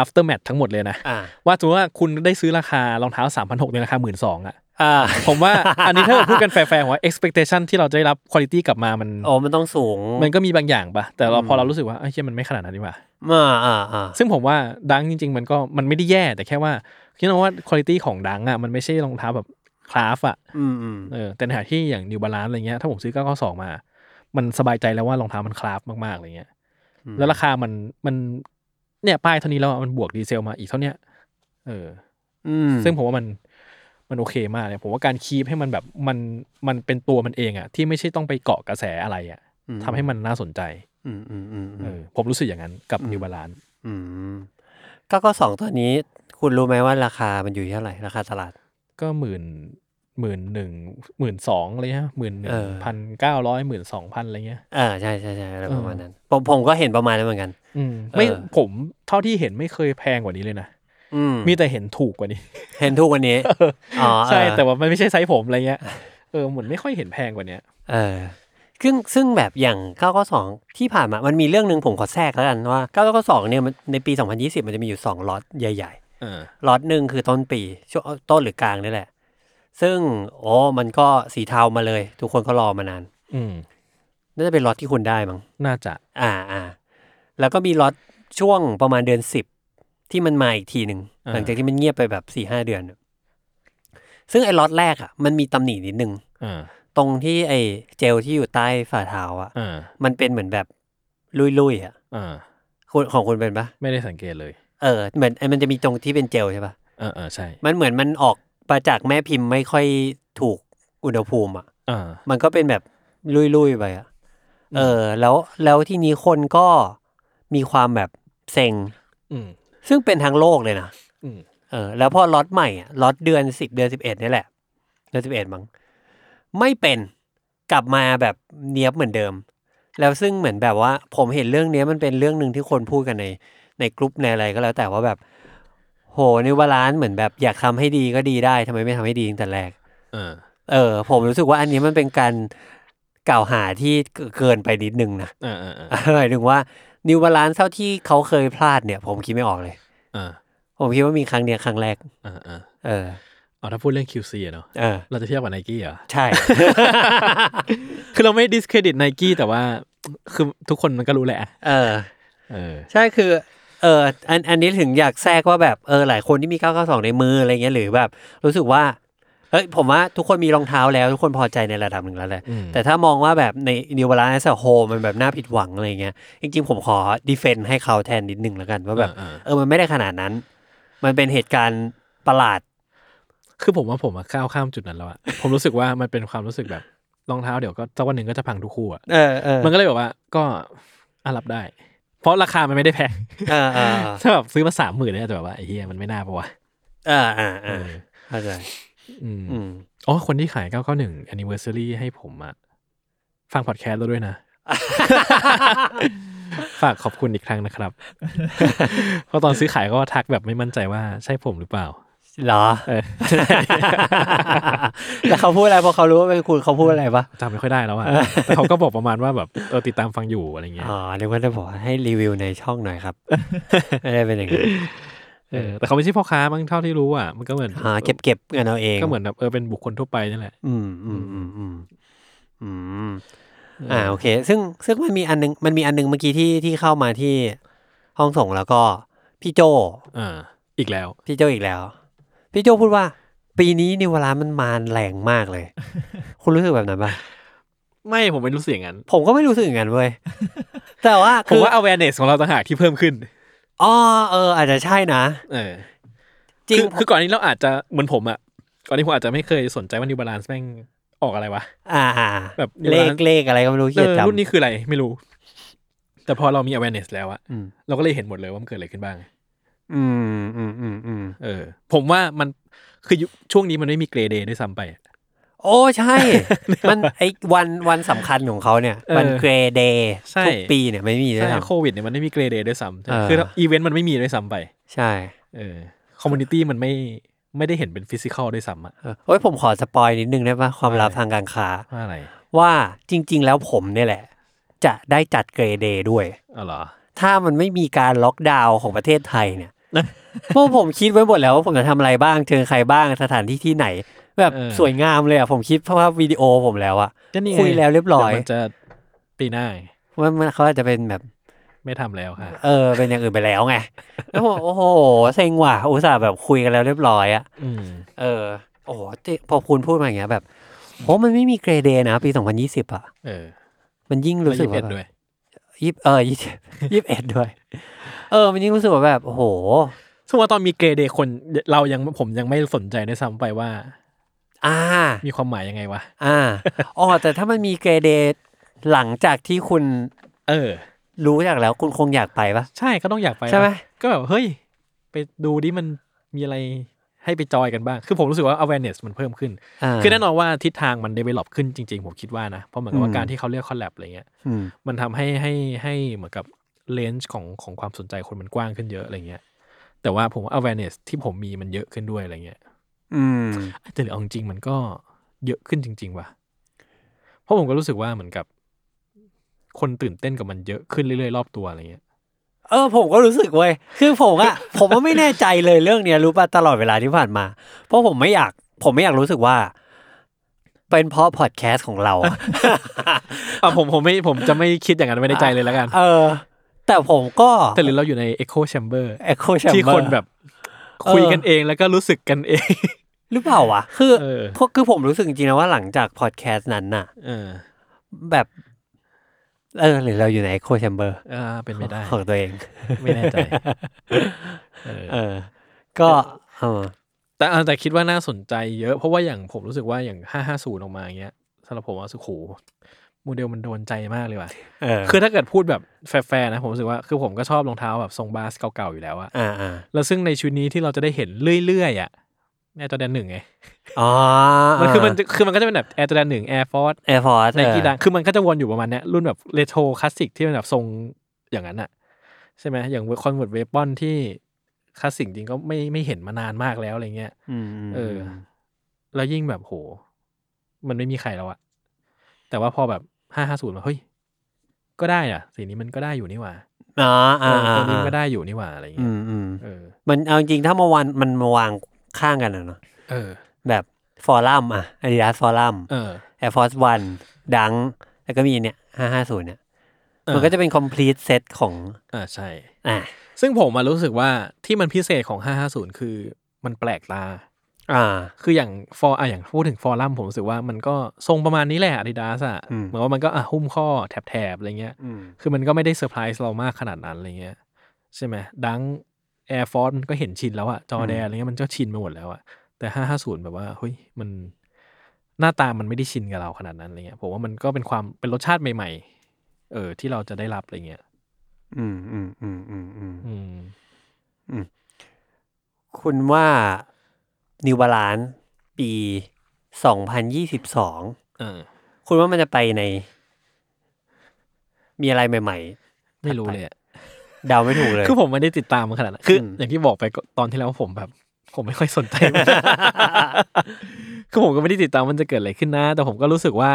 Speaker 2: after match ทั้งหมดเลยนะ
Speaker 1: อ่า
Speaker 2: ว่าสมมติว่าคุณได้ซื้อราคารองเท้า 3,600ในราคา 1 2 0 0 0อ่ะ
Speaker 1: อ่า
Speaker 2: ผมว่า อันนี้ถ้าเราพูดกันแฟร์ๆผมว่า expectation ที่เราจะได้รับ quality กลับมามัน
Speaker 1: โอ้มันต้องสูง
Speaker 2: มันก็มีบางอย่างปะแต่เราพอเรารู้สึกว่าไอ้ยเหี้ยมันไม่ขนาดนั้นดีกว่า
Speaker 1: อ่าอ่าอ่า
Speaker 2: ซึ่งผมว่าดังจริง ๆ มันก็มันไม่ได้แย่ แต่แค่ว่าคิดว่าคุณภาพของดังอ่ะมันไม่ใช่รองเท้าแบบคลาฟอ่ะ
Speaker 1: อืมอืม
Speaker 2: เออแต่ในขณะที่อย่างนิวบาลานซ์อะไรเงี้ยถ้าผมซื้อ992มา มันสบายใจแล้วว่ารองเท้ามันคลาฟมากๆอะไรเงี้ย แล้วราคามันมันเนี่ยป้ายเท่านี้แล้วอะมันบวกดีเซลมาอีกเท่าเนี้ยเออ
Speaker 1: อืม
Speaker 2: อซึ่งผมว่ามันมันโอเคมากเลยผมว่าการคีปให้มันแบบมันมันเป็นตัวมันเองอ่ะที่ไม่ใช่ต้องไปเกาะกระแสอะไรอ่ะทำให้มันน่าสนใจ
Speaker 1: อืมอืมอืม
Speaker 2: เอ
Speaker 1: อืม
Speaker 2: อผมรู้สึกอย่างนั้นกับนิวบาลาน
Speaker 1: อืมก็ก็สองตัวนี้ คุณรู้ไหมว่าราคามันอยู่ที่เท่าไหร่ราคาตลาด
Speaker 2: ก็หมื่นหมื่นหนึ่งหมื่นสองอะไรเงี้ยหมื่นหนึ่
Speaker 1: เอง อ
Speaker 2: พันเก้าร้อยหมื่นสองพันอะไรเงี้ย
Speaker 1: เออใช่ใช่ใช่อะไรประมาณนั้น ผมผมก็เห็นประมาณนั้นเหมือนกัน
Speaker 2: อืมไม่
Speaker 1: เออ
Speaker 2: ผมเท่าที่เห็นไม่เคยแพงกว่านี้เลยนะ
Speaker 1: อืม
Speaker 2: มีแต่เห็นถูกกว่านี้
Speaker 1: เห็นทุกวันนี้อ๋อ
Speaker 2: ใช่
Speaker 1: เออ
Speaker 2: แต่ว่ามันไม่ใช่ไซส์ผมอะไรเงี้ยเออเหมือนไม่ค่อยเห็นแพงกว่าเนี้ย
Speaker 1: เออซึ่งซึ่งแบบอย่าง9 9 2 ที่ผ่านมา มันมีเรื่องหนึ่งผมขอแทรกแล้วกันว่า9 9 2เนี่ยมันในปี 2020 มันจะมีอยู่ 2ล็อตใหญ่
Speaker 2: เออ
Speaker 1: ๆล็อตหนึ่งคือต้นปีช่วงต้นหรือกลางนี่แหละ ซึ่งโอ้มันก็สีเทามาเลย ทุกคนก็รอมานาน
Speaker 2: อืม
Speaker 1: น่าจะเป็นล็อตที่คุณได้มั้ง
Speaker 2: น่าจะ
Speaker 1: อ่าอ่าแล้วก็มีล็อตช่วงประมาณเดือน 10 ที่มันมาอีกทีหนึ่งหลังจากที่มันเงียบไปแบบ4ี่ห้าเดือน ซึ่งไอ้ล็อตแรกอ่ะมันมีตำหนินิดนึง
Speaker 2: เออ
Speaker 1: ตรงที่ไอ้เจลที่อยู่ใต้ฝ่าเท้าอ่ะ
Speaker 2: เออ
Speaker 1: มันเป็นเหมือนแบบลุยๆอ่ะ
Speaker 2: เออ
Speaker 1: คุณของคุณเป็นปะ
Speaker 2: ไม่ได้สังเกตเลย
Speaker 1: เออเหมือนไอ้มันจะมีตรงที่เป็นเจลใช่ปะ
Speaker 2: เออเออใช่
Speaker 1: มันเหมือนมันออกมาจากแม่พิมพ์ไม่ค่อยถูกอุณหภูมิอ่ะ
Speaker 2: เออ
Speaker 1: มันก็เป็นแบบลุยๆไปอ่ะเออ แล้วแล้วที่นี้คนก็มีความแบบเซ็ง
Speaker 2: อืม
Speaker 1: ซึ่งเป็นทางโลกเลยนะ
Speaker 2: อืม
Speaker 1: เออ แล้วพอล็อตใหม่อะล็อตเดือนสิบเดือนสิบเอ็ดนี่แหละ เดือนสิบเอ็ดมั้งไม่เป็นกลับมาแบบเนี้ยบเหมือนเดิม แล้วซึ่งเหมือนแบบว่า ผมเห็นเรื่องเนี้ยมันเป็นเรื่องหนึ่งที่คนพูดกันในในกลุ่มในอะไรก็แล้วแต่ว่าแบบ โหนิวบาลานซ์เหมือนแบบอยากทำให้ดีก็ดีได้ทำไมไม่ทำให้ดีตั้งแต่แรก
Speaker 2: เออ
Speaker 1: เออ ผมรู้สึกว่าอันนี้มันเป็นการกล่าวหาที่เกินไปนิดนึงนะ
Speaker 2: เออเออเออ
Speaker 1: หมายถึงว่านิวบาลานซ์เท่าที่เขาเคยพลาดเนี่ย ผมคิดไม่ออกเลย
Speaker 2: เออ
Speaker 1: ผมคิดว่ามีครั้งเนี้ยครั้งแรก
Speaker 2: เออเออ
Speaker 1: เออ
Speaker 2: เอาถ้าพูดเรื่อง QC อะเนาะ
Speaker 1: เออ
Speaker 2: เราจะเทียบกับไนกี้เหรอ
Speaker 1: ใช่
Speaker 2: คือเราไม่ดิสเครดิตไนกี้แต่ว่าคือทุกคนมันก็รู้แหละ
Speaker 1: เออ
Speaker 2: เออ
Speaker 1: ใช่คือ เออ อัน อันนี้ถึงอยากแทรกว่าแบบ เออ หลายคนที่มี 992 ในมืออะไรเงี้ย หรือแบบ รู้สึกว่า เฮ้ย ผมว่าทุกคนมีรองเท้าแล้ว ทุกคนพอใจในระดับหนึ่งแล้วแหละ
Speaker 2: อืม
Speaker 1: แต่ถ้ามองว่าแบบในนิวบาลานซ์โฮมันแบบน่าผิดหวังอะไรเงี้ย จริงๆ ผมขอดีเฟนต์ให้เขาแทนนิดนึงแล้วกันว่าแบบ
Speaker 2: เออ
Speaker 1: เออ มันไม่ได้ขนาดนั้น มันเป็นเหตุการณ์ประหลาด
Speaker 2: คือผมว่าผมอะก้าวข้ามจุดนั้นแล้วอะผมรู้สึกว่ามันเป็นความรู้สึกแบบรองเท้าเดี๋ยวก็สักวันหนึ่งก็จะพังทุกคู่อะ
Speaker 1: เออเออ
Speaker 2: มันก็เลยแบบว่าก็อะรับได้ เพราะราคามันไม่ได้แพง
Speaker 1: เออเออ
Speaker 2: ถ้าแบบซื้อมาสามหมื่นเนี่ยอาจจะแบบว่าไอ้เหี้ยมันไม่น่าปะวะ
Speaker 1: เออเออ
Speaker 2: เอ
Speaker 1: เออ
Speaker 2: อ
Speaker 1: เข้าใจ
Speaker 2: อืม
Speaker 1: อืม
Speaker 2: อ๋อคนที่ขาย 991 anniversary ให้ผมอะฟังพอดแคสต์แล้วด้วยนะ ฝากขอบคุณอีกครั้งนะครับ เพราะตอนซื้อขายก็ทักแบบไม่มั่นใจว่าใช่ผมหรือเปล่า
Speaker 1: เหรอ
Speaker 2: เออ
Speaker 1: แล้วเขาพูดอะไรพอเขารู้ว่าเป็นคุณเขาพูดอะไรปะ
Speaker 2: จำไม่ค่อยได้แล้วอะแต่เขาก็บอกประมาณว่าแบบเออติดตามฟังอยู่อะไรเงี้ย
Speaker 1: อ๋อนึกว่าจะบอกให้รีวิวในช่องหน่อย ครับ ไม่ได้เป็นอย่างนี้น
Speaker 2: เออแต่เขาไม่ใช่พ่อค้ามั้งเท่าที่รู้อ่ะมันก็เหมือน
Speaker 1: อ๋อเก็บเก็บกันเอาเอง
Speaker 2: ก็เหมือนแบบเออเป็นบุคคลทั่วไปนั่นแหละ
Speaker 1: อืมอืมอืมอืมอืมอ่าโอเค ซึ่งซึ่งมันมีอันนึงมันมีอันนึงเมื่อกี้ที่ที่เข้ามาที่ห้องส่งแล้วก็พี่โจ
Speaker 2: อ่า อีกแล้ว
Speaker 1: พี่โจอีกแล้ว พี่โจพูดว่า ปีนี้นิวาลานมันมาแรงมากเลย คุณรู้สึกแบบนั้นปะ
Speaker 2: ไม่ผมไม่รู้สึกอย่างนั้น
Speaker 1: ผมก็ไม่รู้สึกอย่างนั้นเว้ยแต่ว่า
Speaker 2: ผม
Speaker 1: คือ
Speaker 2: ว่า awareness ของเราต่างหากที่เพิ่มขึ้น
Speaker 1: อ๋อเออ อาจจะใช่นะ
Speaker 2: เออ
Speaker 1: จริง
Speaker 2: คือคือก่อนนี้เราอาจจะเหมือนผมอ่ะก่อนนี้ผมอาจจะไม่เคยสนใจว่า New Balance แม่งออกอะไรวะ
Speaker 1: อ่าอ่า
Speaker 2: แบบนิว
Speaker 1: เล
Speaker 2: บา
Speaker 1: ข
Speaker 2: ลานซ์
Speaker 1: เลขอะไรก็ไม่รู้
Speaker 2: เอ
Speaker 1: เขียน
Speaker 2: อ
Speaker 1: จำ
Speaker 2: รุ่นนี้คืออะไรไม่รู้ แต่พอเรามี awareness แล้วอะ
Speaker 1: อืม
Speaker 2: เราก็เลยเห็นหมดเลยว่ามันเกิดอะไรขึ้นบ้าง
Speaker 1: อืมอืมอืมอืม
Speaker 2: เออ ผมว่ามันคือยุคช่วงนี้มันไม่มี Grey Day ด้วยซ้ำไป
Speaker 1: โอ้ใช่ มัน ไอวันวันสำคัญของเขาเนี่ย
Speaker 2: เออ
Speaker 1: วันเกรเดย์
Speaker 2: ใช่
Speaker 1: ทุกปีเนี่ยไม่มีด้วย
Speaker 2: ใช่
Speaker 1: ซ้
Speaker 2: โควิดเนี่ยมันไม่มีเกรดเดย์ด้วยซ้ำใช่ไหม
Speaker 1: เออ
Speaker 2: คืออีเวนต์มันไม่มีด้วยซ้ำไป
Speaker 1: ำใช่
Speaker 2: เออคอมมูนิตี้มันไม่ไม่ได้เห็นเป็นฟิสิกอลด้วยซ้ำอะ
Speaker 1: เออโอ้ยผมขอสปอยนิดนึงได้ปะความลับทางการค้า
Speaker 2: ว่าอะไร
Speaker 1: ว่าจริง ๆ แล้วผมเนี่ยแหละ จะได้จัดเกรเดย์ด้วย
Speaker 2: อ๋อเหรอ
Speaker 1: ถ้ามันไม่มีการล็อกดาวน์ของประเทศไทย เนี่ย
Speaker 3: นะ
Speaker 1: เพราะผมคิดไว้หมดแล้วว่าผมจะทำอะไรบ้างเชิญใครบ้างสถานที่ที่ไหน แบบ
Speaker 2: เออ
Speaker 1: สวยงามเลยอ่ะผมคิดเพราะว่าวิดีโอผมแล้วอ่ะ
Speaker 2: ก็นี่ไง
Speaker 1: คุยแล้วเรียบร้อย
Speaker 2: ดี๋วมันจะปีหน้าไง
Speaker 1: ว่ามันเขาอาจจะเป็นแบบ
Speaker 2: ไม่ทำแล้วค่ะ
Speaker 1: เออเป็นอย่างอื่นไปแล้วไง แล้วผมโอ้โหเซ็งว่ะอุตส่าห์แบบคุยกันแล้วเรียบร้อยอะ
Speaker 2: อืม
Speaker 1: เออโอ้โหที่พอคุณพูดมาอย่างเงี้ยแบบโอ้มันไม่มีเกรเดย์นะ ปี 2020 อ่ะ
Speaker 2: เออ
Speaker 1: มันยิ่ง
Speaker 2: แล้ว
Speaker 1: รู้สึก
Speaker 2: ยี่สิบ
Speaker 1: ว่า
Speaker 2: เอ็
Speaker 1: แบ
Speaker 2: ดด้ว
Speaker 1: บ
Speaker 2: ย
Speaker 1: ยี่สิบเออยี่สิบ ยี่สิบเอ็ดด้วย เออ มันยิ่งรู้สึกว่าแบบ โอ้โห
Speaker 2: ซึ่งว่าตอนมีเกรเดย์คนเรายังผมยังไม่สนใจด้วยซ้ำไปว่า
Speaker 1: อ่า
Speaker 2: มีความหมายยังไงวะ
Speaker 1: อ่าอ๋อแต่ถ้ามันมีเกรเดย์หลังจากที่คุณ
Speaker 2: เออ
Speaker 1: รู้จากแล้วคุณคงอยากไปปะ
Speaker 2: ใช่ก็ต้องอยากไป
Speaker 1: ใช่ไหม
Speaker 2: ก็แบบเฮ้ย ไปดูดิมันมีอะไรให้ไปจอยกันบ้าง คือผมรู้สึกว่า awareness มันเพิ่มขึ้น
Speaker 1: อ่า
Speaker 2: คือแน่นอนว่าทิศทางมัน develop ขึ้นจริง ๆ ผมคิดว่านะ เพราะเหมือนกับ
Speaker 1: อื
Speaker 2: ว่าม การที่เขาเลือก collab อะไรเงี้ย
Speaker 1: อืม
Speaker 2: มันทำให้ให้ให้เหมือนกับเลนส์ของของความสนใจคนมันกว้างขึ้นเยอะอะไรเงี้ย แต่ว่าผมว่า awareness ที่ผมมีมันเยอะขึ้นด้วยอะไรเงี้ย
Speaker 1: อืม
Speaker 2: แต่เอาจริงๆมันก็เยอะขึ้นจริง ๆ ว่ะ เพราะผมก็รู้สึกว่าเหมือนกับ คนตื่นเต้นกับมันเยอะขึ้นเรื่อยๆ รอบตัวอะไรเงี้ย
Speaker 1: เออผมก็รู้สึกเว้ยคือผมอะ ผมว่าไม่แน่ใจเลยเรื่องเนี้ยรู้ป่ะตลอดเวลาที่ผ่านมา เพราะผมไม่อยาก ผมไม่อยากรู้สึกว่า เป็นเพราะพอดแคสต์ของเรา
Speaker 2: อ่ะผมผมไม่ผมจะไม่คิดอย่างนั้นไว้ในใจเลยแล้วกัน
Speaker 1: เออ แต่ผมก็
Speaker 2: แต่หรือเราอยู่ใน Echo Chamber
Speaker 1: เอ็กโคแชมเบอร์
Speaker 2: ที่คนแบบ
Speaker 1: เออ
Speaker 2: คุยกันเองแล้วก็รู้สึกกันเอง
Speaker 1: หรือเปล่าวะคือ
Speaker 2: เออ
Speaker 1: พวกคือผมรู้สึกจริงๆนะว่าหลังจากพอดแคสต์นั้นน่ะ
Speaker 2: เออ
Speaker 1: แบบเออหรือเราอยู่ในเอ็กโคแชมเบอร์
Speaker 2: เออเป็นไม่ได้
Speaker 1: ของตัวเอง
Speaker 2: ไม่แน่ใจเออ
Speaker 1: เออ ก็เออ
Speaker 2: แต่อ่ะแต่คิดว่าน่าสนใจเยอะ เพราะว่าอย่างผมรู้สึกว่าอย่าง 550 ออกมาอย่างเงี้ยสำหรับผมว่าสุขโขโมเดลมันโดนใจมากเลยว่ะ
Speaker 1: เออ
Speaker 2: คือถ้าเกิดพูดแบบแฟร์ๆนะผมรู้สึกว่าคือผมก็ชอบรองเท้าแบบทรงบาสเก่าๆอยู่แล้วอะ
Speaker 1: อ่าอ่า
Speaker 2: แล้วซึ่งในชุดนี้ที่เราจะได้เห็นเรื่อยๆอะแอร์จอแดนหนึ่งไง
Speaker 1: อ๋อ
Speaker 2: มันคือมันจะคือมันก็จะเป็นแบบแอร์จอแดนหนึ่งแอร์ฟอร์
Speaker 1: แอร์ฟอร์ส
Speaker 2: ในกีดังคือมันก็จะวนอยู่ประมาณเนี้ยรุ่นแบบเรโทรคลาสสิกที่มันแบบทรงอย่างนั้นอะใช่ไหมอย่างคอนเวิร์ตเวปอนที่คลาสสิกจริงก็ไม่ไม่เห็นมานานมากแล้วอะไรเงี้ย
Speaker 1: อืมม
Speaker 2: เออ แล้วยิ่งแบบโห มันไม่มีใครแล้วอะแต่ว่าพอแบบห้าห้าศูนย์มาเฮ้ย ก็ได้อะสีนี้มันก็ได้อยู่นี่หว่า
Speaker 1: อ่าอ่า
Speaker 2: เออตัวนี้มันก็
Speaker 1: อ่า
Speaker 2: ได้อยู่นี่หว่าอะไร
Speaker 1: อื
Speaker 2: เงี้ย
Speaker 1: มอืม
Speaker 2: เออ
Speaker 1: มันเอาจริงๆถ้ามาวางมันมาวางข้างกันอะเนาะ
Speaker 2: เออ
Speaker 1: แบบฟอรัมอะอาดิดาสฟอรัม
Speaker 2: เออ
Speaker 1: แอร์ฟอร์สวันดัง แล้วก็มีเนี่ยห้าห้าศูนย์เนี่ย
Speaker 2: เออ
Speaker 1: มันก็จะเป็น complete set ของ
Speaker 2: อ่าใช่
Speaker 1: อ่า
Speaker 2: ซึ่งผมมารู้สึกว่าที่มันพิเศษของห้าห้าศูนย์คือมันแปลกตา
Speaker 1: อ่า
Speaker 2: คืออย่างฟอร์อะอย่างพูดถึงฟอรัมผมรู้สึกว่ามันก็ทรงประมาณนี้แหละอาดิดาสอะ
Speaker 1: อืม
Speaker 2: เหมือนว่ามันก็อ่ะหุ้มข้อแถบๆอะไรเงี้ย
Speaker 1: อืม
Speaker 2: คือมันก็ไม่ได้เซอร์ไพรส์เรามากขนาดนั้นอะไรเงี้ย ใช่ไหมดังแอร์ฟอร์มันก็เห็นชินแล้วอะจอแดนอะไรเงี้ยมันก็ชินไปหมดแล้วอะแต่ห้าห้าศูนย์แบบว่าเฮ้ยมันหน้าตามันไม่ได้ชินกับเราขนาดนั้นอะไรเงี้ยผมว่ามันก็เป็นความเป็นรสชาติใหม่ ๆ เออที่เราจะได้รับอะไรเงี้ย
Speaker 1: อืมอืมอืมอืมอืม
Speaker 2: อืม
Speaker 1: คุณว่า New Balance ปี 2022
Speaker 2: เออ
Speaker 1: คุณว่ามันจะไปใน มีอะไรใหม่
Speaker 2: ไม่รู้เลยอะ
Speaker 1: ๆ เดาไม่ถูกเลย
Speaker 2: คือผมไม่ได้ติดตามมันขนาดนั้น คืออ
Speaker 1: ม
Speaker 2: อย่างที่บอกไปก็ตอนที่แล้วว่าผมแบบ ผมไม่ค่อยสน ใจมัน คือผมก็ไม่ได้ติดตามมันจะเกิดอะไรขึ้นนะ แต่ผมก็รู้สึกว่า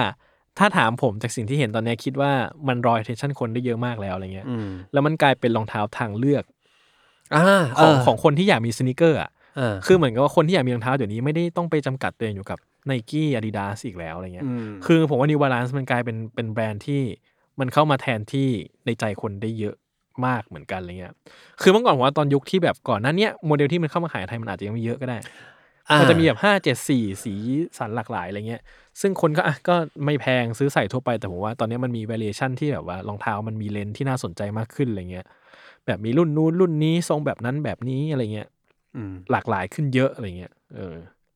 Speaker 2: ถ้าถามผมจากสิ่งที่เห็นตอนเนี้ยคิดว่ามันรอยเทชั่นคนได้เยอะมากแล้วอะไรเงี้ย
Speaker 1: อืม
Speaker 2: แล้วมันกลายเป็นรองเท้าทางเลือก
Speaker 1: อ่า
Speaker 2: ข
Speaker 1: เอ
Speaker 2: อง
Speaker 1: อ
Speaker 2: ของคนที่อยากมีสนิเกอร์อ่ะ
Speaker 1: อ่า
Speaker 2: คือเหมือนกับว่าคนที่อยากมีรองเท้าเดี๋ยวนี้ไม่ได้ต้องไปจำกัดตัวเองอยู่กับไนกี้อาดิดาสอีกแล้วอะไรเงี้ย คือผมว่า New Balance มันกลายเป็นเป็นแบรนด์ที่มันเข้ามาแทนที่ในใจคนได้เยอะมากเหมือนกันอะไรเงี้ย คือเมื่อก่อนผมว่าตอนยุคที่แบบก่อนหนั้นเนี้ยโมเดลที่มันเข้ามาขายในไทยมันอาจจะยังไม่เยอะก็ได้ มันจะมีแบบห้าเจ็ดสี่สีสันหลากหลายอะไรเงี้ย ซึ่งคนก็อ่ะก็ไม่แพงซื้อใส่ทั่วไปแต่ผมว่าตอนเนี้ยมันมี variation ที่แบบว่ารองเท้ามันมีเลนส์ที่น่าสนใจมากขึ้นอะไรเงี้ย แบบมีรุ่นนู้นรุ่นนี้ทรงแบบนั้นแบบนี้อะไรเงี้ย หลากหลายขึ้นเยอะอะไรเงี้ย เออ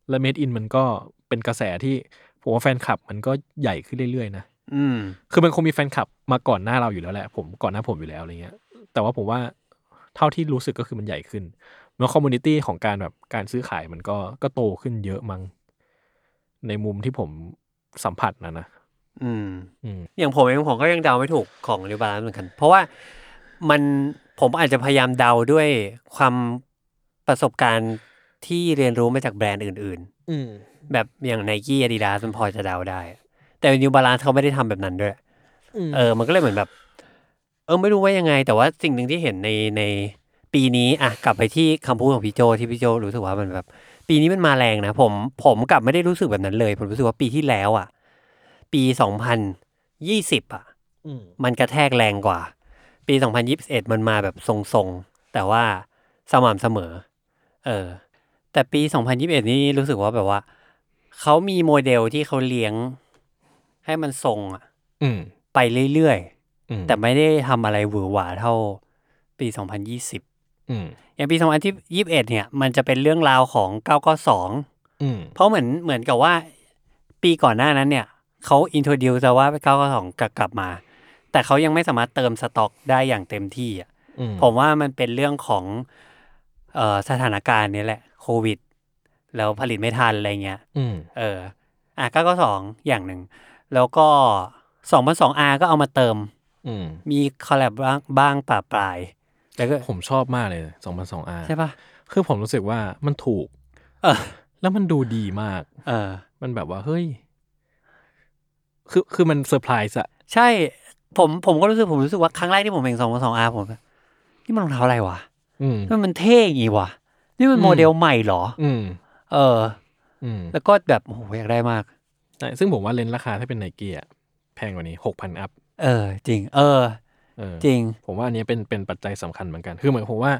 Speaker 2: แล้วเมดอินมันก็เป็นกระแสที่ผมว่าแฟนคลับมันก็ใหญ่ขึ้นเรื่อยๆนะ
Speaker 1: อืม
Speaker 2: คือมันคงมีแฟนคลับมาก่อนหน้าเราอยู่แล้วแหละ ผมก่อนหน้าผมอยู่แล้วอะไรเงี้ย แต่ว่าผมว่าเท่าที่รู้สึกก็คือมันใหญ่ขึ้นแล้วคอมมูนิตี้ของการแบบการซื้อขายมันก็ก็โตขึ้นเยอะมั้ง ในมุมที่ผมสัมผัสนะนะ
Speaker 1: อืม
Speaker 2: อืม
Speaker 1: อย่างผมเองผมก็ยังเดาไม่ถูกของริวบาลานซ์เหมือนกัน เพราะว่ามันผมอาจจะพยายามเดาด้วยความประสบการณ์ที่เรียนรู้มาจากแบรนด์อื่น
Speaker 2: อืม
Speaker 1: ๆ แบบอย่างไนกี้อาดิดามันพอจะเดาได้ แต่นิวบาลานซ์เขาไม่ได้ทำแบบนั้นด้วย
Speaker 2: อืม
Speaker 1: เออ มันก็เลยเหมือนแบบ เออไม่รู้ว่ายังไง แต่ว่าสิ่งหนึ่งที่เห็นในในปีนี้อ่ะกลับไปที่คำพูดของพี่โจที่พี่โจรู้สึกว่ามันแบบ ปีนี้มันมาแรงนะผมผมกลับไม่ได้รู้สึกแบบนั้นเลย ผมรู้สึกว่าปีที่แล้วอ่ะ ปีสองพันยี่สิบอ่ะ
Speaker 2: อืม
Speaker 1: มันกระแทกแรงกว่า ปี 2021 มันมาแบบทรงๆ แต่ว่าสม่ำเสมอ เออ แต่ปี 2021 นี่รู้สึกว่าแบบว่า เขามีโมเดลที่เขาเลี้ยง ให้มันทรงอะ
Speaker 2: อืม
Speaker 1: ไปเรื่อย
Speaker 2: อืม
Speaker 1: ๆ แต่ไม่ได้ทำอะไรหวือหวาเท่าปี 2020
Speaker 2: อืม
Speaker 1: อย่างปี 2021 เนี่ย มันจะเป็นเรื่องราวของ 992
Speaker 2: อืม
Speaker 1: เพราะเหมือนเหมือนกับว่าปีก่อนหน้านั้นเนี่ยเขาอินโทรดิวจะว่าเก้าสองกลับกลับมา แต่เขายังไม่สามารถเติมสต็อกได้อย่างเต็มที่อ่ะ
Speaker 2: อืม
Speaker 1: ผมว่ามันเป็นเรื่องของเอ่อสถานการณ์นี้แหละโควิด แล้วผลิตไม่ทันอะไรเงี้ย
Speaker 2: อืม
Speaker 1: เออ อ่ะเก้าสองอย่างหนึ่ง แล้วก็สองพันสองอาก็เอามาเติม
Speaker 2: อืม
Speaker 1: มีคอลแลบบ้างบ้างปะปลายแล้วก็
Speaker 2: ผมชอบมากเลยสองพันสองอา
Speaker 1: ใช่ปะ
Speaker 2: คือผมรู้สึกว่ามันถูก
Speaker 1: เออ
Speaker 2: แล้วมันดูดีมาก
Speaker 1: เออ
Speaker 2: มันแบบว่า เฮ้ย คือคือมันเซอร์ไพรส์อะ
Speaker 1: ใช่ผมผมก็รู้สึกผมรู้สึกว่าครั้งแรกที่ผมเห็นสองสองอาร์ผมแบบนี่มันรองเท้าอะไรวะ
Speaker 2: อืม
Speaker 1: มันมันเท่อย่างงี้วะนี่มัน
Speaker 2: อืม
Speaker 1: โมเดลใหม่เหรอ
Speaker 2: อืม
Speaker 1: เออ
Speaker 2: อืม
Speaker 1: แล้วก็แบบโอ้โหอยากได้มาก
Speaker 2: ใช่ซึ่งผมว่าเลนส์ราคาถ้าเป็นไนกี้อะแพงกว่านี้หกพันอัพ
Speaker 1: เออ จริง เออ
Speaker 2: เออ
Speaker 1: จริง
Speaker 2: ผมว่าอันเนี้ยเป็นเป็นปัจจัยสำคัญเหมือนกัน คือเหมือนผมว่า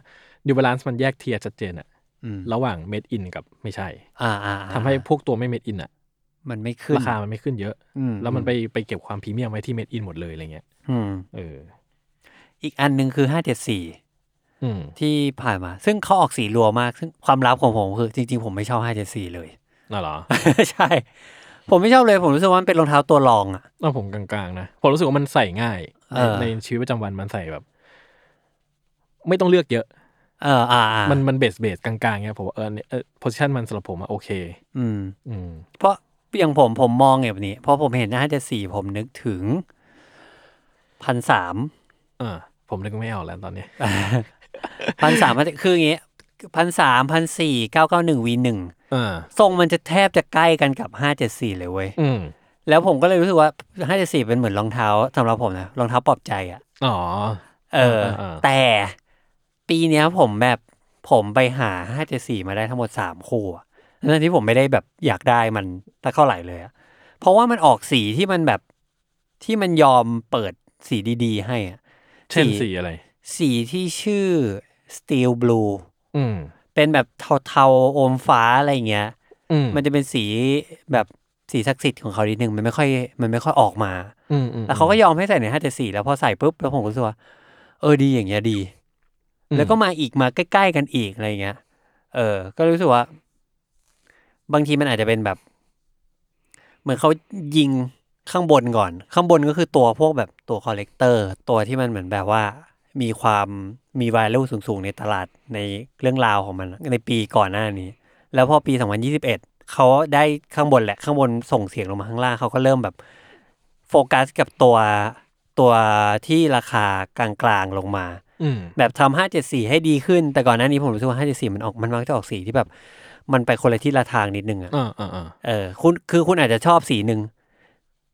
Speaker 2: New Balance มันแยกเทียร์ชัดเจนอะ
Speaker 1: อืม
Speaker 2: ระหว่าง Made in กับไม่ใช่
Speaker 1: อ่าอ่าอ่า
Speaker 2: ทำให้พวกตัวไม่ Made in อะ
Speaker 1: มันไม่ขึ้น
Speaker 2: ราคามันไม่ขึ้นเยอะ
Speaker 1: อื
Speaker 2: แล้วมันไปไปเก็บความพรีเมียมไว้ที่ Made in หมดเลยอะไรเงี้ย
Speaker 1: อืม
Speaker 2: เออ
Speaker 1: อีกอันหนึ่งคือห้าเจ็ดสี่
Speaker 2: อืม
Speaker 1: ที่ผ่านมา ซึ่งเขาออกสีรัวมาก ซึ่งความลับของผมคือ จริง ๆ ผมไม่ชอบห้าเจ็ดสี่เลย
Speaker 2: น่าเหรอ
Speaker 1: ใช่ ผมไม่ชอบเลย ผมรู้สึกว่ามันเป็นรองเท้าตัวรองอ่ะ
Speaker 2: ว่าผมกลางๆนะผมรู้สึกว่ามันใส่ง่าย
Speaker 1: เออ
Speaker 2: ในในชีวิตประจำวันมันใส่แบบ ไม่ต้องเลือกเยอะ
Speaker 1: เอออ่าอ่า
Speaker 2: มั
Speaker 1: มัน
Speaker 2: มันเบสเบสกลางๆเงี้ยผมว่าเออเนี่ยโพสิชันมันสำหรับผมอะโอเค
Speaker 1: อืม
Speaker 2: อืม
Speaker 1: เพราะอย่างผมผมมองอย่างแบบนี้เพราะผมเห็นห้าเจ็ดสี่ผมนึกถึงพันสาม
Speaker 2: อ่าผมนึกไม่ออกแล้วตอนเนี้ย
Speaker 1: พันสามคืออย่างเงี้ยพันสามพันสี่เก้าเก้าหนึ่งวีหนึ่ง
Speaker 2: อ่า
Speaker 1: ทรงมันจะแทบจะใกล้กันกับห้าเจ็ดสี่เลยเว้ย
Speaker 2: อืม
Speaker 1: แล้วผมก็เลยรู้สึกว่าห้าเจ็ดสี่เป็นเหมือนรองเท้าสำหรับผมนะรองเท้าปลอบใจอะ
Speaker 2: อ๋อ
Speaker 1: เออ
Speaker 2: เออเออ
Speaker 1: แต่ปีเนี้ยผมแบบผมไปหาห้าเจ็ดสี่มาได้ทั้งหมดสามคู่อะทั้งที่ผมไม่ได้แบบอยากได้มันสักเท่าไหร่เลยอะ เพราะว่ามันออกสีที่มันแบบที่มันยอมเปิดสีดีๆ ให้อะ
Speaker 2: เช่นสีอะไร
Speaker 1: สีที่ชื่อ Steel Blue
Speaker 2: อืม
Speaker 1: เป็นแบบเทาๆอมฟ้าอะไรเงี้ย
Speaker 2: อืม
Speaker 1: มันจะเป็นสีแบบสีศักดิ์สิทธิ์ของเขานิดนึงมันไม่ค่อยมันไม่ค่อยออกมา
Speaker 2: อืมอืม
Speaker 1: แล้วเขาก็ยอมให้ใส่ในห้าสีแล้วพอใส่ปุ๊บแล้วผมก็รู้สึกว่า เออดีอย่างเงี้ยดี
Speaker 2: อืม
Speaker 1: แล้วก็มาอีกมาใกล้ ๆ กันอีกอะไรเงี้ย เออ ก็รู้สึกว่า บางทีมันอาจจะเป็นแบบ เหมือนเขายิงข้างบนก่อน ข้างบนก็คือตัวพวกแบบตัวคอลเลกเตอร์ ตัวที่มันเหมือนแบบว่า มีความมี v a l u สูง ๆ ในตลาดในเรื่องราวของมันในปีก่อนหน้านี้ แล้วพอปี 2021 เขาได้ข้างบนแหละ ข้างบนส่งเสียงลงมาข้างล่างเขาก็เริ่มแบบ โฟกัสกับตัวตัวที่ราคากลางๆลงมา
Speaker 2: อืม
Speaker 1: แบบทำห้าเจ็ดสี่ให้ดีขึ้น แต่ก่อนหน้านี้ผมรู้สึกว่าห้าเจ็ดสี่มันออกมันมักจะออกสีที่แบบ มันไปคนละที่ละทางนิดนึงอะ
Speaker 2: อ่าอ่าอ่า
Speaker 1: เออคุณคือคุณอาจจะชอบสีหนึ่ง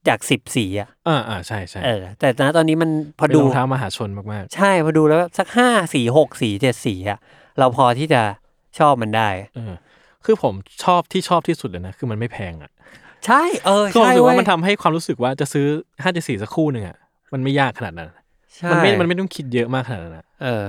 Speaker 1: จากสิบสีอะ
Speaker 2: อ่าอ่าใช่ใช่
Speaker 1: เออ แต่ณตอนนี้มันพอ
Speaker 2: เป็น
Speaker 1: ดู
Speaker 2: รองเท้ามหาชนมาก
Speaker 1: ใช่พอดูแล้วสักห้าสีหกสีเจ็ดสีอะเราพอที่จะชอบมันได้
Speaker 2: ๆเออ คือผมชอบที่ชอบที่สุดเลยนะ คือมันไม่แพงอ่ะ
Speaker 1: ใช่ เออ
Speaker 2: คือผม
Speaker 1: ใช่
Speaker 2: รู้สึกว่า
Speaker 1: เย
Speaker 2: มันทำให้ความรู้สึกว่าจะซื้อห้าจะสี่สักคู่หนึ่งอ่ะมันไม่ยากขนาดนั้น
Speaker 1: ใช่
Speaker 2: มันไม่มันไม่ต้องคิดเยอะมากขนาดนั้นอะ
Speaker 1: เออ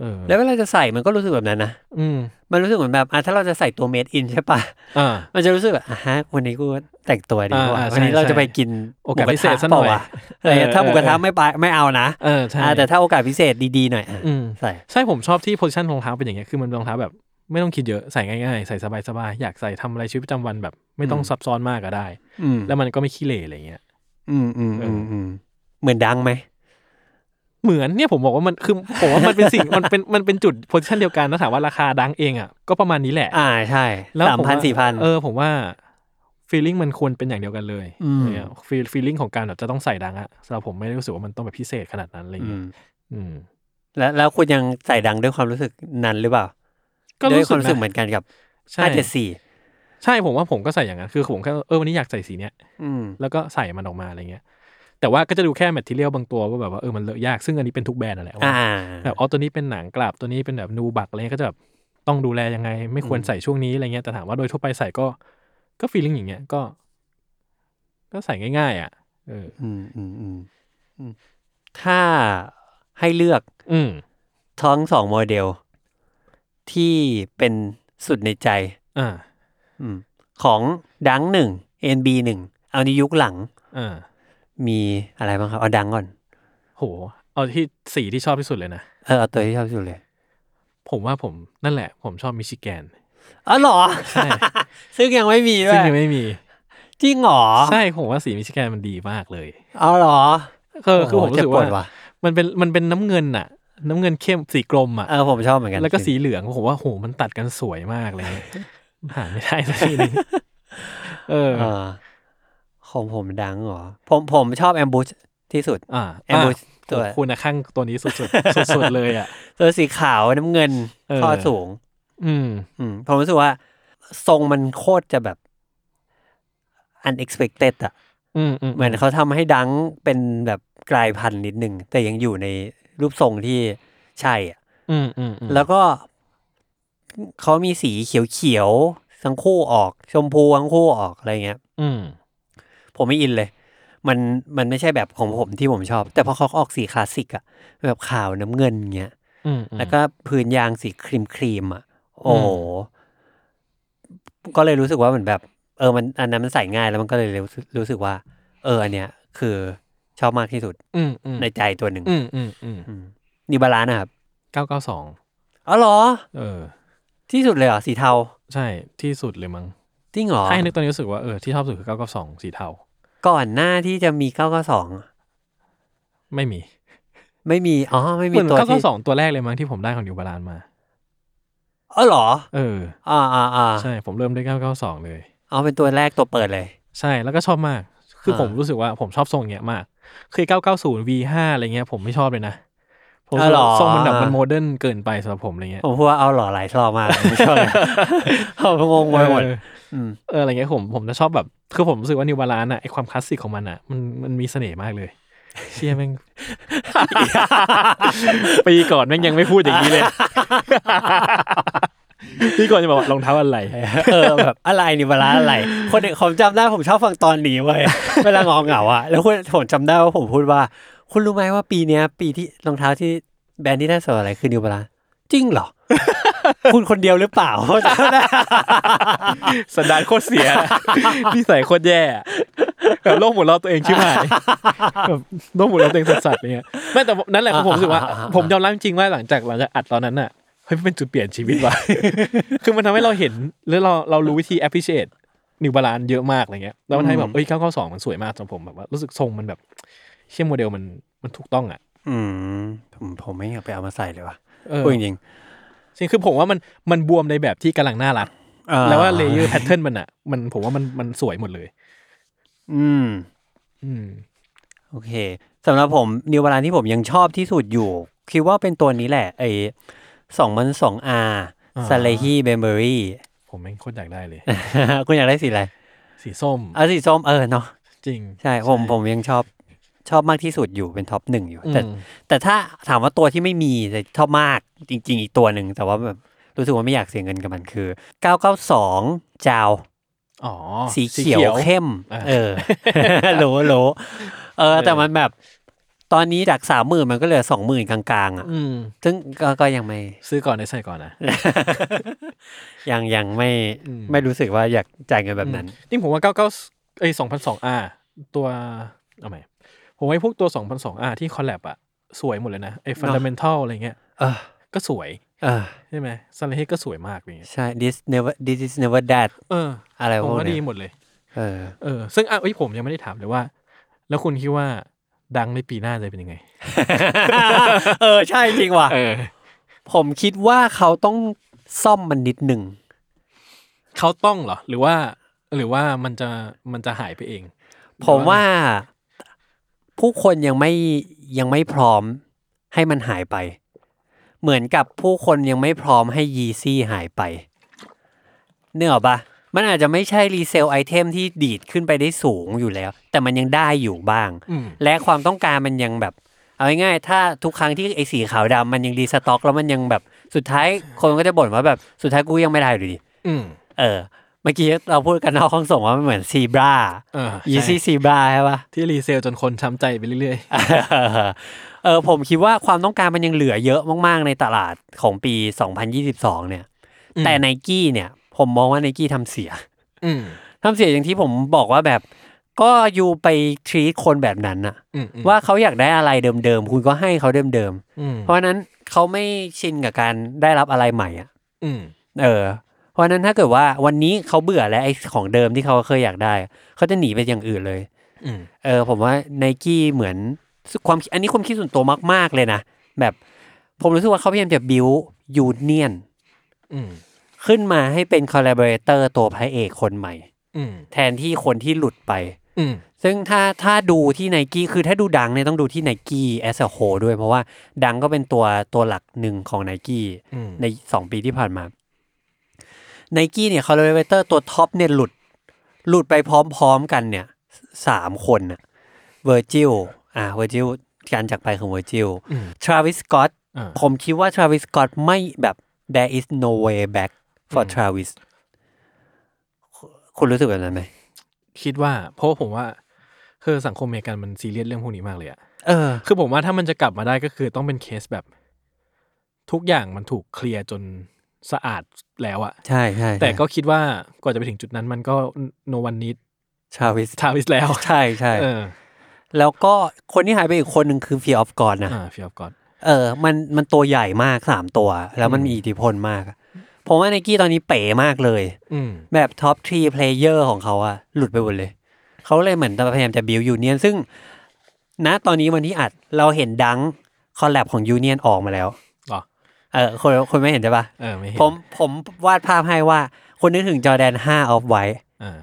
Speaker 2: เออ
Speaker 1: แล้วเวลาจะใส่มันก็รู้สึกแบบนั้นนะ
Speaker 2: อืม
Speaker 1: มันรู้สึกเหมือนแบบอ่ะถ้าเราจะใส่ตัวเมดอินใช่ปะ
Speaker 2: อ่า
Speaker 1: มันจะรู้สึกแบบอ่ะฮะวันนี้กูแต่งตัวดีกว่า
Speaker 2: อ่าอ่าใช่
Speaker 1: วันนี้เราจะไปกิน
Speaker 2: โอกาสพิเศษซะหน่อย
Speaker 1: มูกระทะเปล่าวะอะไรเงี้ย
Speaker 2: เออ
Speaker 1: ถ้าหมูกระทะ
Speaker 2: เออ
Speaker 1: ไม่ไปไม่เอานะ
Speaker 2: เออใช่
Speaker 1: อ่าแต่ถ้าโอกาสพิเศษดีๆหน่อยอ่ะ
Speaker 2: อืม
Speaker 1: ใส่
Speaker 2: ใช่ผมชอบที่โพสิชันรองเท้าเป็นอย่างเงี้ยคือมันรองเท้าแบบไม่ต้องคิดเยอะใส่ง่ายๆ ใส่สบายๆ อยากใส่ทำอะไรชีวิตประจำวันแบบ ไม่ต้องซับซ้อนมากก็ได้
Speaker 1: อืม
Speaker 2: แล้วมันก็ไม่ขี้เหร่อะไรเงี้ย
Speaker 1: อืมอืม
Speaker 2: เอ
Speaker 1: อื
Speaker 2: อ
Speaker 1: มอืมเหมือนดังไหม
Speaker 2: เหมือนเนี่ยผมบอกว่ามันคือผมว่ามันเป็นสิ่ง มันเป็นมันเป็นจุดโพสิชันเดียวกันแล้วถามว่าราคาดังเองอ่ะก็ประมาณนี้แหละ
Speaker 1: อ่าใช่
Speaker 2: แล้ว
Speaker 1: สาม
Speaker 2: ผ
Speaker 1: พัน
Speaker 2: ว่
Speaker 1: สี่พัน
Speaker 2: เออผมว่า ฟีลิ่งมันควรเป็นอย่างเดียวกันเลย
Speaker 1: อืม
Speaker 2: ฟีลฟีลิ่งของการแบบจะต้องใส่ดังอะสำหรับผมไม่ได้รู้สึกว่ามันต้องแบบพิเศษขนาดนั้นอะไรอย่างเงี้ยอืม
Speaker 1: แล้วแล้วคุณยังใส่ดังด้วยความรู้สึกนั้นหรือเปล่า
Speaker 2: ก็รู้
Speaker 1: ด้วยค
Speaker 2: สึก
Speaker 1: วามรู้สึก
Speaker 2: นะ
Speaker 1: เหมือนกันกับ
Speaker 2: ใช่
Speaker 1: ห้าเจ็ดสี่
Speaker 2: ใช่ผมว่าผมก็ใส่อย่างนั้นคือผมแค่เออวันนี้อยากใส่สีเนี้ย
Speaker 1: อืม
Speaker 2: แล้วก็ใส่มันออกมาอะไรเงี้ย แต่ว่าก็จะดูแค่แมทเทียลบางตัวว่าแบบว่าเออมันเลอะยากซึ่งอันนี้เป็นทุกแบรนด์นั่นแหละว่า
Speaker 1: อ่า
Speaker 2: แบบอ๋อตัวนี้เป็นหนังกลับตัวนี้เป็นแบบนูบักอะไรเงี้ยก็จะแบบต้องดูแลยังไง ไม่ควร
Speaker 1: อืม
Speaker 2: ใส่ช่วงนี้อะไรเงี้ยแต่ถามว่าโดยทั่วไปใส่ก็ก็ฟีลิ่งอย่างเงี้ยก็ ก็ใส่ง่าย ๆ อ่ะ เออ
Speaker 1: อืมอืมอืมอืมถ้าให้เลือก
Speaker 2: อืม
Speaker 1: ทั้งสองโมเดล ที่เป็นสุดในใจ
Speaker 2: อ่า
Speaker 1: อืม ของดังหนึ่ง NB หนึ่งเอาในยุคหลัง
Speaker 2: อ่า
Speaker 1: มีอะไรบ้างครับ เอาดังก่อน
Speaker 2: โห เอาที่สีที่ชอบที่สุดเลยนะ
Speaker 1: เออเอาตัวที่ชอบที่สุดเลย
Speaker 2: ผมว่าผมนั่นแหละ ผมชอบมิชิแกน
Speaker 1: อ๋อเหรอ
Speaker 2: ใช่
Speaker 1: ซึ่งยังไม่มีด้ว
Speaker 2: ซึ่ง
Speaker 1: ย
Speaker 2: ยังไม่มี
Speaker 1: จริงเหรอ
Speaker 2: ใช่ผมว่าสีมิชิแกนมันดีมากเลย
Speaker 1: เอาเหรอ
Speaker 2: คือคือผม
Speaker 1: โโห
Speaker 2: รู้
Speaker 1: เจ็บ
Speaker 2: สึก
Speaker 1: ปว
Speaker 2: ว่า
Speaker 1: ดว่ะ
Speaker 2: มันเป็นมันเป็นน้ำเงินน่ะ น้ำเงินเข้มสีกลมอ่ะ
Speaker 1: เออผมชอบเหมือนกัน
Speaker 2: แล้วก็สีเหลืองผมว่าโหมันตัดกันสวยมากเลย หาไม่ได้สักทีนึงเออ
Speaker 1: เออของผมดังเหรอ ผมผมชอบแอมบูชที่สุด
Speaker 2: อ่า
Speaker 1: แอมบูสตัว
Speaker 2: โอ้คุณนะข้างตัวนี้สุดๆสุดๆ เลยอ่ะ
Speaker 1: ตัวสีขาวน้ำเงิน
Speaker 2: เออ
Speaker 1: ข้อสูง
Speaker 2: อืม
Speaker 1: อืมผมรู้สึกว่า ทรงมันโคตรจะแบบ unexpected อะ
Speaker 2: อืมอืม
Speaker 1: เหมือนเขาทำให้ดังเป็นแบบกลายพันธุ์นิดนึง แต่ยังอยู่ในรูปทรงที่ใช่อะ
Speaker 2: อืมอืมอืม
Speaker 1: แล้วก็เขามีสีเขียวๆทั้งคู่ออก ชมพูทั้งคู่ออกอะไรเงี้ย
Speaker 2: อืม
Speaker 1: ผมไม่อินเลย มันมันไม่ใช่แบบของผมที่ผมชอบ แต่พอเขาออกสีคลาสสิกอะแบบขาวน้ำเงินเงี้ย
Speaker 2: อืมอืม
Speaker 1: แล้วก็พื้นยางสีครีมครีมๆอ่ะ โอ้โห ก็เลยรู้สึกว่าเหมือนแบบ เออมันอันนั้นมันใส่ง่ายแล้วมันก็เลยรู้สึกรู้สึกว่า เอออันเนี้ย คือชอบมากที่สุด
Speaker 2: อืมอืม
Speaker 1: ในใจตัวหนึ่ง
Speaker 2: อืมอืมอืม
Speaker 1: นิบาลานะครับ
Speaker 2: เก้าเก้าสอง
Speaker 1: อ๋อเหรอ
Speaker 2: เออ
Speaker 1: ที่สุดเลยเหรอ สีเทา
Speaker 2: ใช่ที่สุดเลยมั้ง
Speaker 1: จริงเหรอ
Speaker 2: ถ้าให้นึกตอนนี้รู้สึกว่าเออที่ชอบสุดคือเก้าเก้าสองสีเทา
Speaker 1: ก่อนหน้าที่จะมีเก้าก็สอง
Speaker 2: ไม่มี
Speaker 1: ไม่มี อ๋อ ไม่
Speaker 2: เห
Speaker 1: มี
Speaker 2: มือน
Speaker 1: ตัว
Speaker 2: เก้า
Speaker 1: ที่
Speaker 2: เก้าสองตัวแรกเลยมั้งที่ผมได้ของนิวบาลานซ์มา
Speaker 1: อ๋อเหรอ
Speaker 2: เออ
Speaker 1: อ่าอ่าอ่า
Speaker 2: ใช่ผมเริ่มด้วย992 เลย
Speaker 1: เอาเป็นตัวแรกตัวเปิดเลย
Speaker 2: ใช่แล้วก็ชอบมาก คือ
Speaker 1: ฮะ
Speaker 2: ผมรู้สึกว่าผมชอบทรงเนี้ยมากคือ990 V5 อะไรเงี้ยผมไม่ชอบเลยนะ ผม
Speaker 1: อ๋อ
Speaker 2: รู้
Speaker 1: เหรอ
Speaker 2: สึกว่าทรงมันแบบมันโมเดิร์นเกินไปสำหรับผมอะไรเงี้ย
Speaker 1: ผมพูดว่าเอาเหรอหลายรอบ มากผมไม่ชอบเลย ผมงงไปหมด
Speaker 2: เออ
Speaker 1: อืม
Speaker 2: เอออะไรเงี้ยผมผมจะชอบแบบ คือผมรู้สึกว่านิวบาลานอะไอความคลาสสิกของมันอะมันมันมีเสน่ห์มากเลย เชี่ยแม่ง ปีก่อนแม่งยังไม่พูดอย่างนี้เลย ปีก่อนจะบอกว่ารองเท้าอะไร
Speaker 1: เออแบบอะไรนี่เวลาอะไร คนอื่นผมจำได้ผมชอบฟังตอนนี้เว้ย เวลางอเหงาอะแล้วคุณผมจำได้ว่าผมพูดว่า คุณรู้ไหมว่าปีเนี้ย ปีที่รองเท้าที่แบรนด์ที่ได้สวนอะไรคือนิวบาลานจริงเห รอ คุณคนเดียวหรือเปล่า
Speaker 2: สันดานโคตรเสีย พี่ใส่โคตรแย่อะแบบโลกหมุนรอบตัวเองชิบหาย แบบโลกหมุนรอบตัวเองสัสๆเนี่ยไม่แต่ผมนั่นแหละผมผมรู้สึกว่า ผมยอมรับจริงว่าหลังจากหลังจากอัดตอนนั้นน่ะเฮ้ยมันเป็นจุดเปลี่ยนชีวิต ว่ะ คือมันทำให้เราเห็นหรือเราเรารู้วิธี appreciate นิวบาลานเยอะมากอะไรเงี้ยแล้วมันให้แบบเอ้ยเก้าเก้าสองมันสวยมากสำหรับผมแบบว่ารู้สึกทรงมันแบบเชี่ยโมเดลมันมันถูกต้องอ่ะ
Speaker 1: อืมผมผมไม่อยากไปเอามาใส่เลยว่ะ
Speaker 2: เออ
Speaker 1: พูดจริง
Speaker 2: จริงคือผมว่ามันมันบวมในแบบที่กำลังน่ารัก
Speaker 1: ๆออ
Speaker 2: แล้วว่าเลเยอร์แพทเทิร์นมันอ่ะ มันผมว่ามันมันสวยหมดเลย
Speaker 1: อืม
Speaker 2: อืม
Speaker 1: โอเคสำหรับผมนิวบาลานที่ผมยังชอบที่สุดอยู่ คิดว่าเป็นตัวนี้แหละไอสองมันสองอาร์
Speaker 2: อ่า
Speaker 1: ซาเลฮีเบเบอรี่
Speaker 2: ผมแม่งโคตรอยากได้เลย
Speaker 1: คุณอยากได้สีอะไร
Speaker 2: สีส้ม
Speaker 1: เอาสีส้มเออเนาะ
Speaker 2: จริง
Speaker 1: ใช่ผมผมยังชอบชอบมากที่สุดอยู่เป็นท็อปหนึ่งอยู่ แต่
Speaker 2: อืม
Speaker 1: แต่ถ้าถามว่าตัวที่ไม่มีแต่ชอบมากจริง ๆ อีกตัวหนึ่ง แต่ว่าแบบรู้สึกว่าไม่อยากเสียเงินกับมันคือ 992 จาว
Speaker 2: อ๋อ
Speaker 1: สีเขียวเข้ม
Speaker 2: อ่ะ
Speaker 1: เออ โหลโหลเออ แต่มันแบบตอนนี้จากสามหมื่นมันก็เหลือสองหมื่นกลางๆอ่ะ
Speaker 2: อืม
Speaker 1: ซึ่งก็ก็ยังไม่
Speaker 2: ซื้อก่อนได้ใส่ก่อนนะ
Speaker 1: ยังยังไม่
Speaker 2: อืม
Speaker 1: ไม่รู้สึกว่าอยากจ่ายเงินแบบนั้น
Speaker 2: นี่ผมว่า99เอ้ย2002 R ตัวเอาใหม่ผมว่าไอ้พวกตัว2002 R ที่คอลแลบอะสวยหมดเลยนะไอ้ฟันดัมเมนทัลอะไรเงี้ย
Speaker 1: เออ
Speaker 2: ก็สวย
Speaker 1: เออ
Speaker 2: ใช่ไหมซันเลเฮก็สวยมากอะไรเงี้ย
Speaker 1: ใช่ this never this is never that
Speaker 2: เออ
Speaker 1: อะไร
Speaker 2: ผ
Speaker 1: พ
Speaker 2: ม
Speaker 1: วก
Speaker 2: ว่า
Speaker 1: เนี้
Speaker 2: ดี
Speaker 1: ย
Speaker 2: หมดเลย
Speaker 1: เออ
Speaker 2: เออ ซึ่งอ่ะเอ้ยผมยังไม่ได้ถามเลยว่า แล้วคุณคิดว่าดังในปีหน้าจะเป็นยังไง
Speaker 1: เออ ใช่จริงว่ะ
Speaker 2: เออ
Speaker 1: ผมคิดว่าเขาต้องซ่อมมันนิดหนึ่ง
Speaker 2: เขาต้องเหรอ หรือว่า หรือว่ามันจะมันจะหายไปเอง
Speaker 1: ผมว่าผู้คนยังไม่ยังไม่พร้อมให้มันหายไป เหมือนกับผู้คนยังไม่พร้อมให้ยีซี่หายไปเนื้ออกปะมันอาจจะไม่ใช่รีเซลไอเทมที่ดีดขึ้นไปได้สูงอยู่แล้ว แต่มันยังได้อยู่บ้าง
Speaker 2: อืม
Speaker 1: และความต้องการมันยังแบบ เอาง่ายๆถ้าทุกครั้งที่ไอสีขาวดำมันยังรีสต็อกแล้วมันยังแบบสุดท้ายคนก็จะบ่นว่าแบบสุดท้ายกูยังไม่ได้อยู่ดี
Speaker 2: อืม
Speaker 1: เออ เมื่อกี้เราพูดกันนอกห้องส่งว่ามันเหมือนซีบรา
Speaker 2: เออ
Speaker 1: ยี
Speaker 2: ใช่
Speaker 1: ซี่ซีบราใช่ปะ
Speaker 2: ที่รีเซลจนคนช้ำใจไปเรื่อย
Speaker 1: เออผมคิดว่าความต้องการมันยังเหลือเยอะมาก ๆ ในตลาดของปี 2022 เนี่ย
Speaker 2: ๆอืม
Speaker 1: แต่ไนกี้เนี่ย ผมมองว่าไนกี้ทำเสีย
Speaker 2: อืม
Speaker 1: ทำเสียอย่างที่ผมบอกว่าแบบ ก็อยู่ไปทรีคนแบบนั้นอะ
Speaker 2: อืมอืม
Speaker 1: ว่าเขาอยากได้อะไรเดิม ๆ คุณก็ให้เขาเดิม
Speaker 2: อืม
Speaker 1: ๆ เพราะฉะนั้นเขาไม่ชินกับการได้รับอะไรใหม่อะ
Speaker 2: อืม
Speaker 1: เออ เพราะฉะนั้นถ้าเกิดว่าวันนี้เขาเบื่อแล้วไอ้ของเดิมที่เขาเคยอยากได้ เขาจะหนีไปอย่างอื่นเลย
Speaker 2: อืม
Speaker 1: เออผมว่าไนกี้เหมือนความอันนี้ความคิดส่วนตัวมาก ๆ เลยนะ แบบผมรู้สึกว่าเขาพยายามจะบิวยูเนียน
Speaker 2: อืม
Speaker 1: ขึ้นมาให้เป็นคอล l a บ o r a เตอร์ตัวพระเอกคนใหม่
Speaker 2: อืม
Speaker 1: แทนที่คนที่หลุดไป
Speaker 2: อืม
Speaker 1: ซึ่งถ้าถ้าดูที่ไนกี้คือถ้าดูดังเนี่ยต้องดูที่ไนกี้แอสโ e ด้วยเพราะว่าดังก็เป็นตัวตัวหลักหนึ่งของไนกี้
Speaker 2: อืม
Speaker 1: ในสองปีที่ผ่านมาไนกี้เนี่ยคอล l a บ o r a เตอร์ตัวท็อปเนี่ยหลุด หลุดไปพร้อมๆกันเนี่ยสามคนน่ะ เวอร์จิล อ่า เวอร์จิล การจากไปของเวอร์จิล
Speaker 2: อืม
Speaker 1: ทราวิส s ก o อต
Speaker 2: อ่า
Speaker 1: ผมคิดว่าทราวิส s ก o อตไม่แบบ there is no way back for
Speaker 2: อืม
Speaker 1: Travis คุณคุณรู้สึกแบบนั้นไหม
Speaker 2: คิดว่า เพราะผมว่าคือสังคมอเมริกันมันซีเรียสเรื่องพวกนี้มากเลยอะ
Speaker 1: เออ
Speaker 2: คือผมว่าถ้ามันจะกลับมาได้ก็คือต้องเป็นเคสแบบ ทุกอย่างมันถูกเคลียร์จนสะอาดแล้วอะ
Speaker 1: ใช่ใช่
Speaker 2: แต่ก็คิดว่ากว่าจะไปถึงจุดนั้นมันก็โนวันนิด
Speaker 1: ทราวิส
Speaker 2: ทาวิสแล้ว
Speaker 1: ใช่ใช่
Speaker 2: เออ
Speaker 1: แล้วก็คนที่หายไปอีกคนหนึ่งคือ Fear of God นะ
Speaker 2: อ่าฟิลก่อน
Speaker 1: เออ มันมันตัวใหญ่มากสามตัว แล้วมันมีอิทธิพลมากอะผมว่าไนกี้ตอนนี้เป๋มากเลย
Speaker 2: อืม
Speaker 1: แบบท็อปทรีเพลเยอร์ของเขาอะหลุดไปหมดเลย เขาเลยเหมือนพยายามจะบิวยูเนียนซึ่งณตอนนี้วันที่อัดเราเห็นดังคอลแลบของยูเนียนออกมาแล้ว
Speaker 2: หรอ
Speaker 1: เออคนคนไม่เห็นใช่ปะ
Speaker 2: เออไม่เห็น
Speaker 1: ผมผมวาดภาพให้ว่าคนนึกถึงจอแดน5ออฟไว้
Speaker 2: อ่า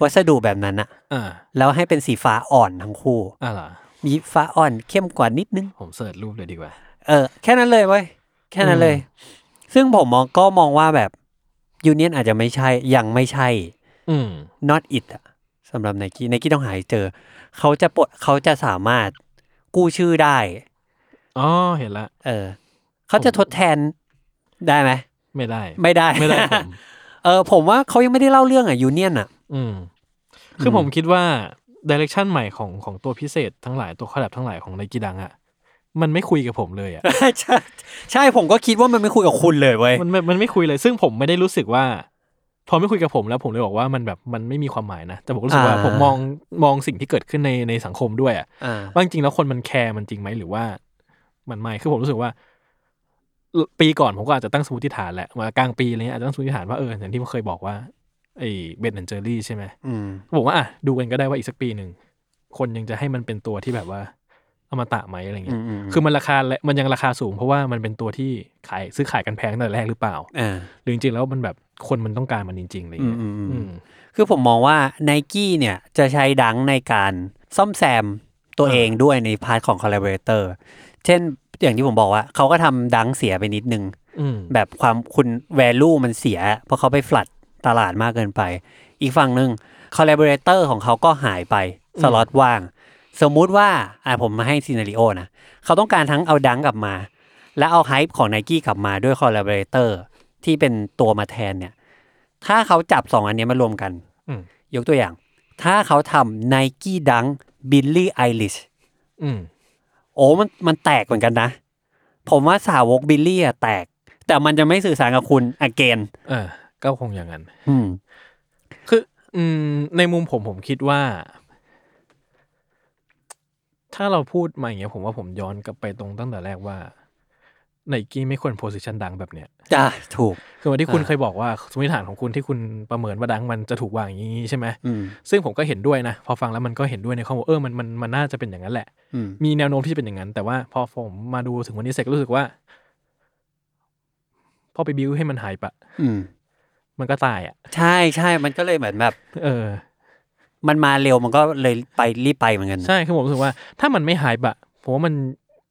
Speaker 1: วัสดุแบบนั้นอะ
Speaker 2: อ่า
Speaker 1: แล้วให้เป็นสีฟ้าอ่อนทั้งคู่
Speaker 2: อ่าล่ะ
Speaker 1: มีฟ้าอ่อนเข้มกว่านิดนึง
Speaker 2: ผมเสิร์ชรูปเลยดีกว่า
Speaker 1: เออแค่นั้นเลยเว้ยแค่นั้นเลย ซึ่งผมมองก็มองว่าแบบยูเนียนอาจจะไม่ใช่ยังไม่ใช่
Speaker 2: อืม
Speaker 1: not it อะสำหรับไนกี้ไนกี้ต้องหายเจอ เขาจะปลดเขาจะสามารถกู้ชื่อได้
Speaker 2: อ๋อเห็นละ
Speaker 1: เออ เขาจะทดแทนได้ไหม
Speaker 2: ไม่ได้
Speaker 1: ไม่ได้
Speaker 2: ไม่ ได้ผม
Speaker 1: เออผมว่าเขายังไม่ได้เล่าเรื่องอะยูเนียน อะ
Speaker 2: อืม คือผมคิดว่าดิเรกชันใหม่ของของตัวพิเศษทั้งหลายตัวคอลแลบทั้งหลายของไนกีดังอะมันไม่คุยกับผมเลยอะ
Speaker 1: ใช่ใช่ผมก็คิดว่ามันไม่คุยกับคุณเลยเว้ย
Speaker 2: มันไม่มันไม่คุยเลย ซึ่งผมไม่ได้รู้สึกว่า พอไม่คุยกับผมแล้วผมเลยบอกว่ามันแบบมันไม่มีความหมายนะ แต่ผมรู้สึกว่าผมมองมองสิ่งที่เกิดขึ้นในในสังคมด้วยอะ
Speaker 1: อ่า
Speaker 2: ว่าจริงๆแล้วคนมันแคร์มันจริงไหมหรือว่า มันไม่ คือผมรู้สึกว่า ปีก่อนผมก็อาจจะตั้งสมมติฐานแหละมากลางปีอะไรเงี้ยอาจจะตั้งสมมติฐานว่าเอออย่างที่ผมเคยบอกว่าไอ้เบนแอนเจอรี่ใช่ไหม
Speaker 1: อืม
Speaker 2: ผมว่าอ่ะดูกันก็ได้ว่าอีกสักปีหนึ่ง คนยังจะให้มันเป็นตัวที่แบบว่าอมตะไหมอะไรเงี้ย
Speaker 1: อืมอืม
Speaker 2: คือมันราคาและมันยังราคาสูง เพราะว่ามันเป็นตัวที่ขายซื้อขายกันแพงตั้งแต่แรกหรือเปล่า
Speaker 1: อ่า
Speaker 2: หรือจริงๆแล้วมันแบบคนมันต้องการมันจริงๆอะไรเงี้ย
Speaker 1: อืมอืมอืม
Speaker 2: อืม
Speaker 1: คือผมมองว่าไนกี้เนี่ยจะใช้ดังในการซ่อมแซมตัว
Speaker 2: อ่า
Speaker 1: เองด้วยในพาร์ทของ collaborator เช่นอย่างที่ผมบอกว่าเขาก็ทำดังเสียไปนิดนึง
Speaker 2: อืม
Speaker 1: แบบความคุณ value มันเสีย เพราะเขาไปฟลัดตลาดมากเกินไป อีกฝั่งหนึ่ง collaborator ของเขาก็หายไป สล็อตว่าง สมมุติว่าอ่ะผมมาให้ซีนารีโอนะ เขาต้องการทั้งเอาดังกลับมา และเอาไฮป์ของไนกี้กลับมาด้วย collaborator ที่เป็นตัวมาแทนเนี่ย ถ้าเขาจับสองอันเนี้ยมารวมกัน
Speaker 2: อืม
Speaker 1: ยกตัวอย่าง ถ้าเขาทำไนกี้ดังบิลลี่ไอริช
Speaker 2: อืม
Speaker 1: โอ้มันมันแตกเหมือนกันนะ ผมว่าสาวกบิลลี่อะแตก แต่มันจะไม่สื่อสารกับคุณอเกน
Speaker 2: เออก็คงอย่างนั้น
Speaker 1: อืม
Speaker 2: คือ อืม ในมุมผมผมคิดว่า ถ้าเราพูดมาอย่างเงี้ย ผมว่าผมย้อนกลับไปตรงตั้งแต่แรกว่าไนกี้ไม่ควรโพสิชันดังแบบเนี้ย
Speaker 1: จ้าถูก
Speaker 2: คือวันที่คุณ
Speaker 1: อ่า
Speaker 2: เคยบอกว่าสมมติฐานของคุณที่คุณประเมินว่าดังมันจะถูกวางอย่างนี้ใช่ไหม
Speaker 1: อืม
Speaker 2: ซึ่งผมก็เห็นด้วยนะ พอฟังแล้วมันก็เห็นด้วยในข้อมูลเออมันมันมันน่าจะเป็นอย่างนั้นแหละ
Speaker 1: อืม
Speaker 2: มีแนวโน้มที่จะเป็นอย่างนั้น แต่ว่าพอผมมาดูถึงวันนี้เสร็จก็รู้สึกว่า พอไปบิวให้มันหายไปะ
Speaker 1: อืม
Speaker 2: มันก็ตายอ่ะ
Speaker 1: ใช่ใช่มันก็เลยเหมือนแบบ
Speaker 2: เออ
Speaker 1: มันมาเร็วมันก็เลยไปรีบไปเหมือนกันนะ
Speaker 2: ใช่คือผมรู้สึกว่า ถ้ามันไม่หายบะผมว่ามัน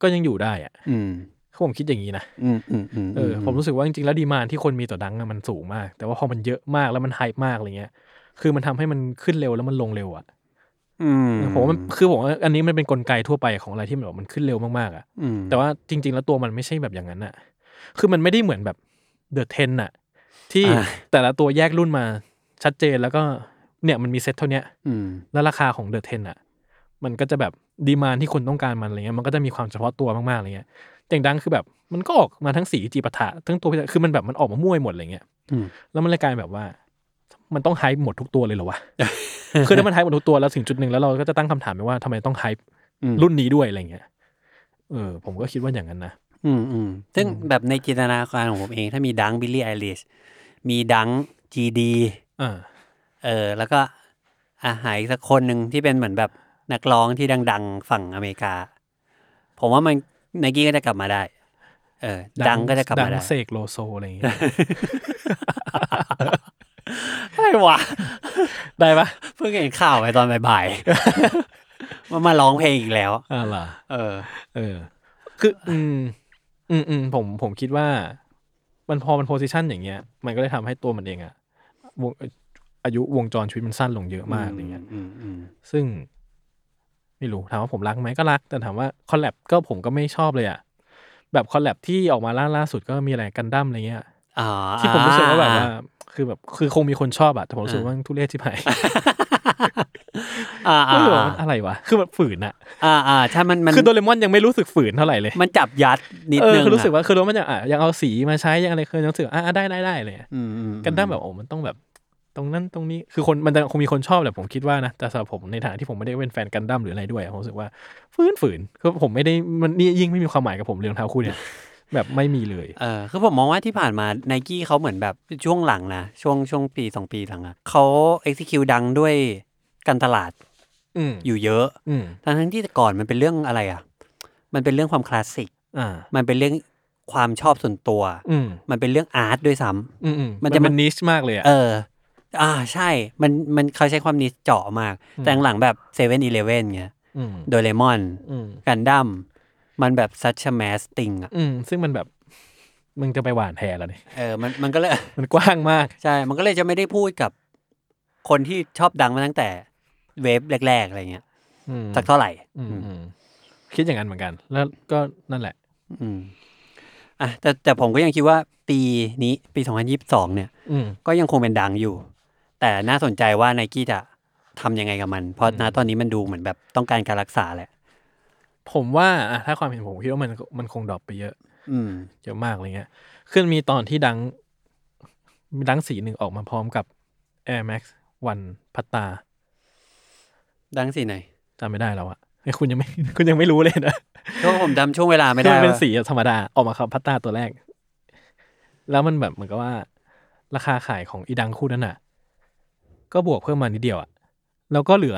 Speaker 2: ก็ยังอยู่ได้อ่ะ
Speaker 1: อืม
Speaker 2: คือผมคิดอย่างนี้นะ
Speaker 1: อืมอืมอืม
Speaker 2: เอออผมรู้สึกว่าจริงๆแล้วดีมานที่คนมีต่อดังอะมันสูงมาก แต่ว่าพอมันเยอะมากแล้วมันไฮมากอะไรเงี้ย คือมันทำให้มันขึ้นเร็วแล้วมันลงเร็วอ่ะ
Speaker 1: อืม
Speaker 2: ผมว่ามันคือผมว่าอันนี้มันเป็นกลไกทั่วไปของอะไรที่มันแบบมันขึ้นเร็วมากๆอ่ะ
Speaker 1: อืม
Speaker 2: แต่ว่าจริง ๆ แล้วตัวมันไม่ใช่แบบอย่างนั้นน่ะ คือมันไม่ได้เหมือนแบบเดอะเทนน่ะ ที่แต่ละตัวแยกรุ่นมาชัดเจนแล้วก็เนี่ยมันมีเซ็ตเท่าเนี้ย
Speaker 1: อืม
Speaker 2: แล้วราคาของเดอะเทนน่ะ มันก็จะแบบดีมานที่คนต้องการมันอะไรเงี้ย มันก็จะมีความเฉพาะตัวมากๆอะไรเงี้ยแต่ดังคือแบบมันก็ออกมาทั้งสีจีปะทะทั้งตัวพิฆาตคือมันแบบมันออกมามั่วไปหมดอะไรเงี้ย
Speaker 1: อืม
Speaker 2: แล้วมันเลยกลายแบบว่า มันต้องไฮป์หมดทุกตัวเลยเห รอวะ คือถ้ามันไฮป์หมดทุกตัวแล้วถึงจุดหนึ่งแล้วเราก็จะตั้งคำถามไปว่าทำไมต้องไฮป์
Speaker 1: อืม
Speaker 2: รุ่นนี้ด้วยอะไรเงี้ย เออ ผมก็คิดว่าอย่างนั้นนะ
Speaker 1: อืมอืมซึ่งแบบในจินตนาการของผมเองถ้ามีดังบิลลี่ไอริชมีดังจีดี
Speaker 2: อ่า
Speaker 1: เออ แล้วก็อาหายสักคนหนึ่งที่เป็นเหมือนแบบนักร้องที่ดัง ๆ ฝั่งอเมริกา ผมว่ามันไนกี้ก็จะกลับมาได้ เออ ดังก็จะกลับมาได้
Speaker 2: ดังเสกโลโซอะ ไรอย่างเงี้ย
Speaker 1: อะไรว ะ
Speaker 2: ได้ปะ
Speaker 1: เพิ่งเห็นข่าวไปตอนบ่ายๆ ว่ามาร้องเพลงอีกแล้ว
Speaker 2: อ่าล่ะ
Speaker 1: เออ
Speaker 2: เออ คือ อืม อืมอืมผมผมคิดว่า มันพอมันโพสิชันอย่างเงี้ย มันก็ได้ทำให้ตัวมันเองอะวงอายุวงจรชีวิตมันสั้นลงเยอะมากอะไรเงี้ย
Speaker 1: อืมอืม
Speaker 2: ซึ่ง ไม่รู้ถามว่าผมรักไหมก็รัก แต่ถามว่าคอลแลบก็ผมก็ไม่ชอบเลยอะแบบคอลแลบที่ออกมาล่าล่าสุดก็มีอะไรกันดั้มอะไรเงี้ย
Speaker 1: อ๋อ
Speaker 2: ที่ผมรู้สึกว่าแบบว่า
Speaker 1: อ่
Speaker 2: คือแบบ คือคงมีคนชอบอะแต่ผมรู้สึกว่าทุเรศที่ไหน
Speaker 1: อ่า
Speaker 2: เอ
Speaker 1: อ่า
Speaker 2: อมัน อะไรวะ คือมันฝืนอะ
Speaker 1: อ่าอ่าถ้ามันมัน
Speaker 2: คือโดเรมอนยังไม่รู้สึกฝืนเท่าไหร่เลย
Speaker 1: มันจับยัดนิด
Speaker 2: เออ
Speaker 1: นึง
Speaker 2: คือรู้สึก
Speaker 1: อะ
Speaker 2: ว่าคือโดเรมอนยังอ่ะยังเอาสีมาใช้ยังอะไรคือยังรู้สึกอ่ะอ่ะได้ได้ได้เลย
Speaker 1: อืมอืม
Speaker 2: กันดั้มแบบโอ้มันต้องแบบ ตรงนั้นตรงนี้ คือคนมันจะคงมีคนชอบแหละผมคิดว่านะ แต่สำหรับผมในฐานะที่ผมไม่ได้เป็นแฟนกันดั้มหรืออะไรด้วยอะผมรู้สึกว่าฝืนฝืนคือผมไม่ได้มันนี่ยิ่งไม่มีความหมายกับผมเรื่องเท้าคู่เนี่ย แบบไม่มีเลย
Speaker 1: เออคือผมมองว่าที่ผ่านมาไนกี้เขาเหมือนแบบช่วงหลังนะช่วงช่วงปีสองปีหลังอะเขา execute ดังด้วยการตลาด
Speaker 2: อืม
Speaker 1: อยู่เยอะ
Speaker 2: อืม
Speaker 1: ทั้งทั้งๆที่แต่ก่อนมันเป็นเรื่องอะไรอะมันเป็นเรื่องความคลาสสิก
Speaker 2: อ่า
Speaker 1: มันเป็นเรื่องความชอบส่วนตัว
Speaker 2: อืม
Speaker 1: มันเป็นเรื่องอาร์ตด้วยซ้ำ
Speaker 2: อืมอืม
Speaker 1: มั
Speaker 2: มัน น
Speaker 1: จะ
Speaker 2: จะ
Speaker 1: มา
Speaker 2: มันนิชมากเลยอะ
Speaker 1: เออ อ่าใช่ มันมันเขาใช้ความนิสเจาะมาก แต่หลังๆแบบเซเว่นอีเลเว่นเงี้ย
Speaker 2: อืม
Speaker 1: โดเรมอน
Speaker 2: อืม
Speaker 1: กันดั้ม มันแบบซัชแมสติงอ่ะ
Speaker 2: อืมซึ่งมันแบบมึงจะไปหวานแทนแล้วเนี่ย
Speaker 1: เออ มันมันก็เลย
Speaker 2: มันกว้างมาก
Speaker 1: ใช่ มันก็เลยจะไม่ได้พูดกับคนที่ชอบดังมาตั้งแต่เวฟแรก ๆ อะไรเงี้ย
Speaker 2: อืม
Speaker 1: สักเท่าไหร่
Speaker 2: อืมอืมคิดอย่างนั้นเหมือนกัน แล้วก็นั่นแหละ
Speaker 1: อืมอ่ะแต่แต่ผมก็ยังคิดว่าปีนี้ปี 2022 เนี่ย
Speaker 2: อืม
Speaker 1: ก็ยังคงเป็นดังอยู่ แต่น่าสนใจว่าไนกี้จะทำยังไงกับมัน เพราะณตอนนี้มันดูเหมือนแบบต้องการการรักษาแหละ
Speaker 2: ผมว่าอ่ะถ้าความเห็นผมคิดว่ามันมันคงดรอปไปเยอะ
Speaker 1: อืม
Speaker 2: เยอะมากอะไรเงี้ยขึ้นมีตอนที่ดังมีดังสีหนึ่งออกมาพร้อมกับ Air Max วันพัตตา
Speaker 1: ดังสิไหน
Speaker 2: จำไม่ได้แล้วอะเอ้ยคุณยังไม่ คุณยังไม่รู้เลยนะ
Speaker 1: ก็ผมจำช่วงเวลาไม่
Speaker 2: คือ
Speaker 1: ได้
Speaker 2: มันเป็น
Speaker 1: ว่า
Speaker 2: สีธรรมดาออกมาครับพัตตาตัวแรก แล้วมันแบบเหมือนกับว่า ราคาขายของอีดังคู่นั้นน่ะ ก็บวกเพิ่มมานิดเดียวอะแล้วก็เหลือ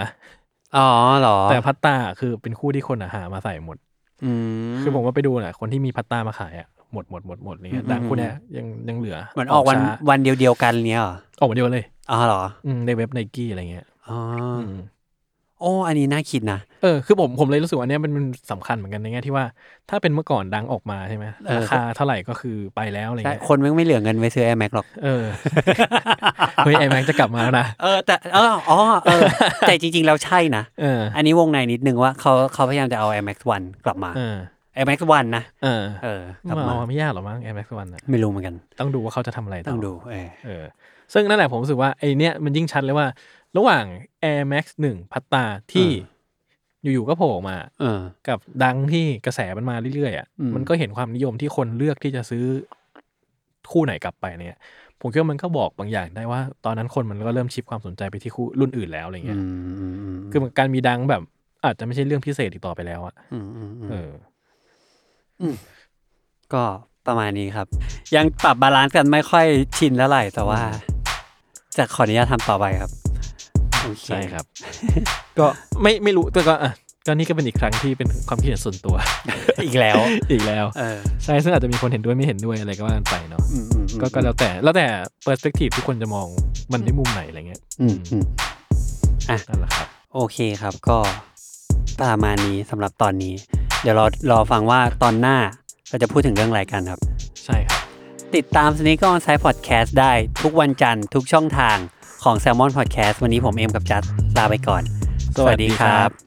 Speaker 1: อ๋อเหรอ
Speaker 2: แต่พัตตาคือเป็นคู่ที่คนอะหามาใส่หมด
Speaker 1: อืม
Speaker 2: คือผมว่าไปดูน่ะคนที่มีพัตตามาขายอ่ะหมดหมดหมดหมดเลย
Speaker 1: อืม
Speaker 2: ดังคู่
Speaker 1: อืม
Speaker 2: เนี้ยยังยังเหลือ
Speaker 1: เหมือนออกวัน
Speaker 2: ช้า
Speaker 1: วันเดียวเดียวๆกันเนี้ยเหรอ
Speaker 2: ออกวันเดียวเลย
Speaker 1: อ๋อเหรอ
Speaker 2: อืมในเว็บไนกี้อะไรเงี้ย
Speaker 1: อ๋ออ
Speaker 2: อืม
Speaker 1: โอ้อันนี้น่าคิดนะ
Speaker 2: เออคือผมผมเลยรู้สึกว่าอันเนี้ยมันมันสำคัญเหมือนกันในแง่ที่ว่า ถ้าเป็นเมื่อก่อนดังออกมาใช่ไหม
Speaker 1: เออ
Speaker 2: ราคาเท่าไหร่ก็คือไปแล้วอะไร
Speaker 1: แต่
Speaker 2: เงี้ย
Speaker 1: คนแม่งไม่เหลือเงินไปซื้อ Air Max หรอก
Speaker 2: เออ เฮ้ยไอแม็กจะกลับมาแล้วนะ
Speaker 1: เออ แต่เอออ๋อเออ แต่จริงๆ แล้วใช่นะ
Speaker 2: เออ
Speaker 1: อันนี้วงในนิดนึงว่าเขาเขาพยายามจะเอา Air Max 1กลับมา
Speaker 2: เออ
Speaker 1: Air Max 1นะ
Speaker 2: เออ
Speaker 1: เออ กลับ
Speaker 2: มัน
Speaker 1: มา
Speaker 2: เอามาไม่ยากหรอกมั้งไอแม็กวันอ่ะ
Speaker 1: ไม่รู้เหมือนกัน
Speaker 2: ต้องดูว่าเขาจะทำอะไรต่อ
Speaker 1: ต้องดู เออ
Speaker 2: เออซึ่งนั่นแหละผมรู้สึกว่าไอเนี้ยมันยิ่งชัดเลยว่า ระหว่าง Air Max 1 พัตตาที่อยู่ๆก็โผล่มา
Speaker 1: เออ
Speaker 2: กับดังที่กระแสมันมาเรื่อยๆอ่ะ
Speaker 1: อืม
Speaker 2: มันก็เห็นความนิยมที่คนเลือกที่จะซื้อคู่ไหนกลับไปเนี่ย ผมคิดว่ามันก็บอกบางอย่างได้ว่า ตอนนั้นคนมันก็เริ่มชิฟความสนใจไปที่คู่รุ่นอื่นแล้วอะไร
Speaker 1: อื
Speaker 2: เงี้
Speaker 1: ม
Speaker 2: ย
Speaker 1: อืมอืม
Speaker 2: คือการมีดังแบบ อาจจะไม่ใช่เรื่องพิเศษอีกต่อไปแล้วอ่ะ
Speaker 1: อืมอืมอืม
Speaker 2: เออ
Speaker 1: ก็ประมาณนี้ครับ ยังปรับบาลานซ์กันไม่ค่อยชินเท่าไหร่แต่ว่า จะขออนุญาตทำต่อไปครับโอเค
Speaker 2: ใช่ครับ ก็ไม่ไม่รู้แต่ก็อ่ะ ก็นี่ก็เป็นอีกครั้งที่เป็นความคิดเห็นส่วนตัว
Speaker 1: อีกแล้ว
Speaker 2: อีกแล้ว
Speaker 1: เออ
Speaker 2: ใช่ซึ่งอาจจะมีคนเห็นด้วยไม่เห็นด้วยอะไรก็ว่ากันไปเนาะ
Speaker 1: อืมอืมอืม
Speaker 2: ก็ก็แล้วแต่แล้วแต่เปอร์สเปกทีฟที่คนจะมองมันในมุมไหนอะไรเงี้ย
Speaker 1: อืมอืม อ่ะ
Speaker 2: นั่นแหละครับ
Speaker 1: โอเคครับก็ประมาณนี้สำหรับตอนนี้ เดี๋ยวรอรอฟังว่าตอนหน้าเราจะพูดถึงเรื่องอะไรกันครับ
Speaker 2: ใช่ครับ
Speaker 1: ติดตาม Sneaker On Side Podcast ได้ทุกวันจันทร์ทุกช่องทางของ Salmon Podcast วันนี้ผมเอ็มกับจัดลาไปก่อน
Speaker 2: สวัสดีครับ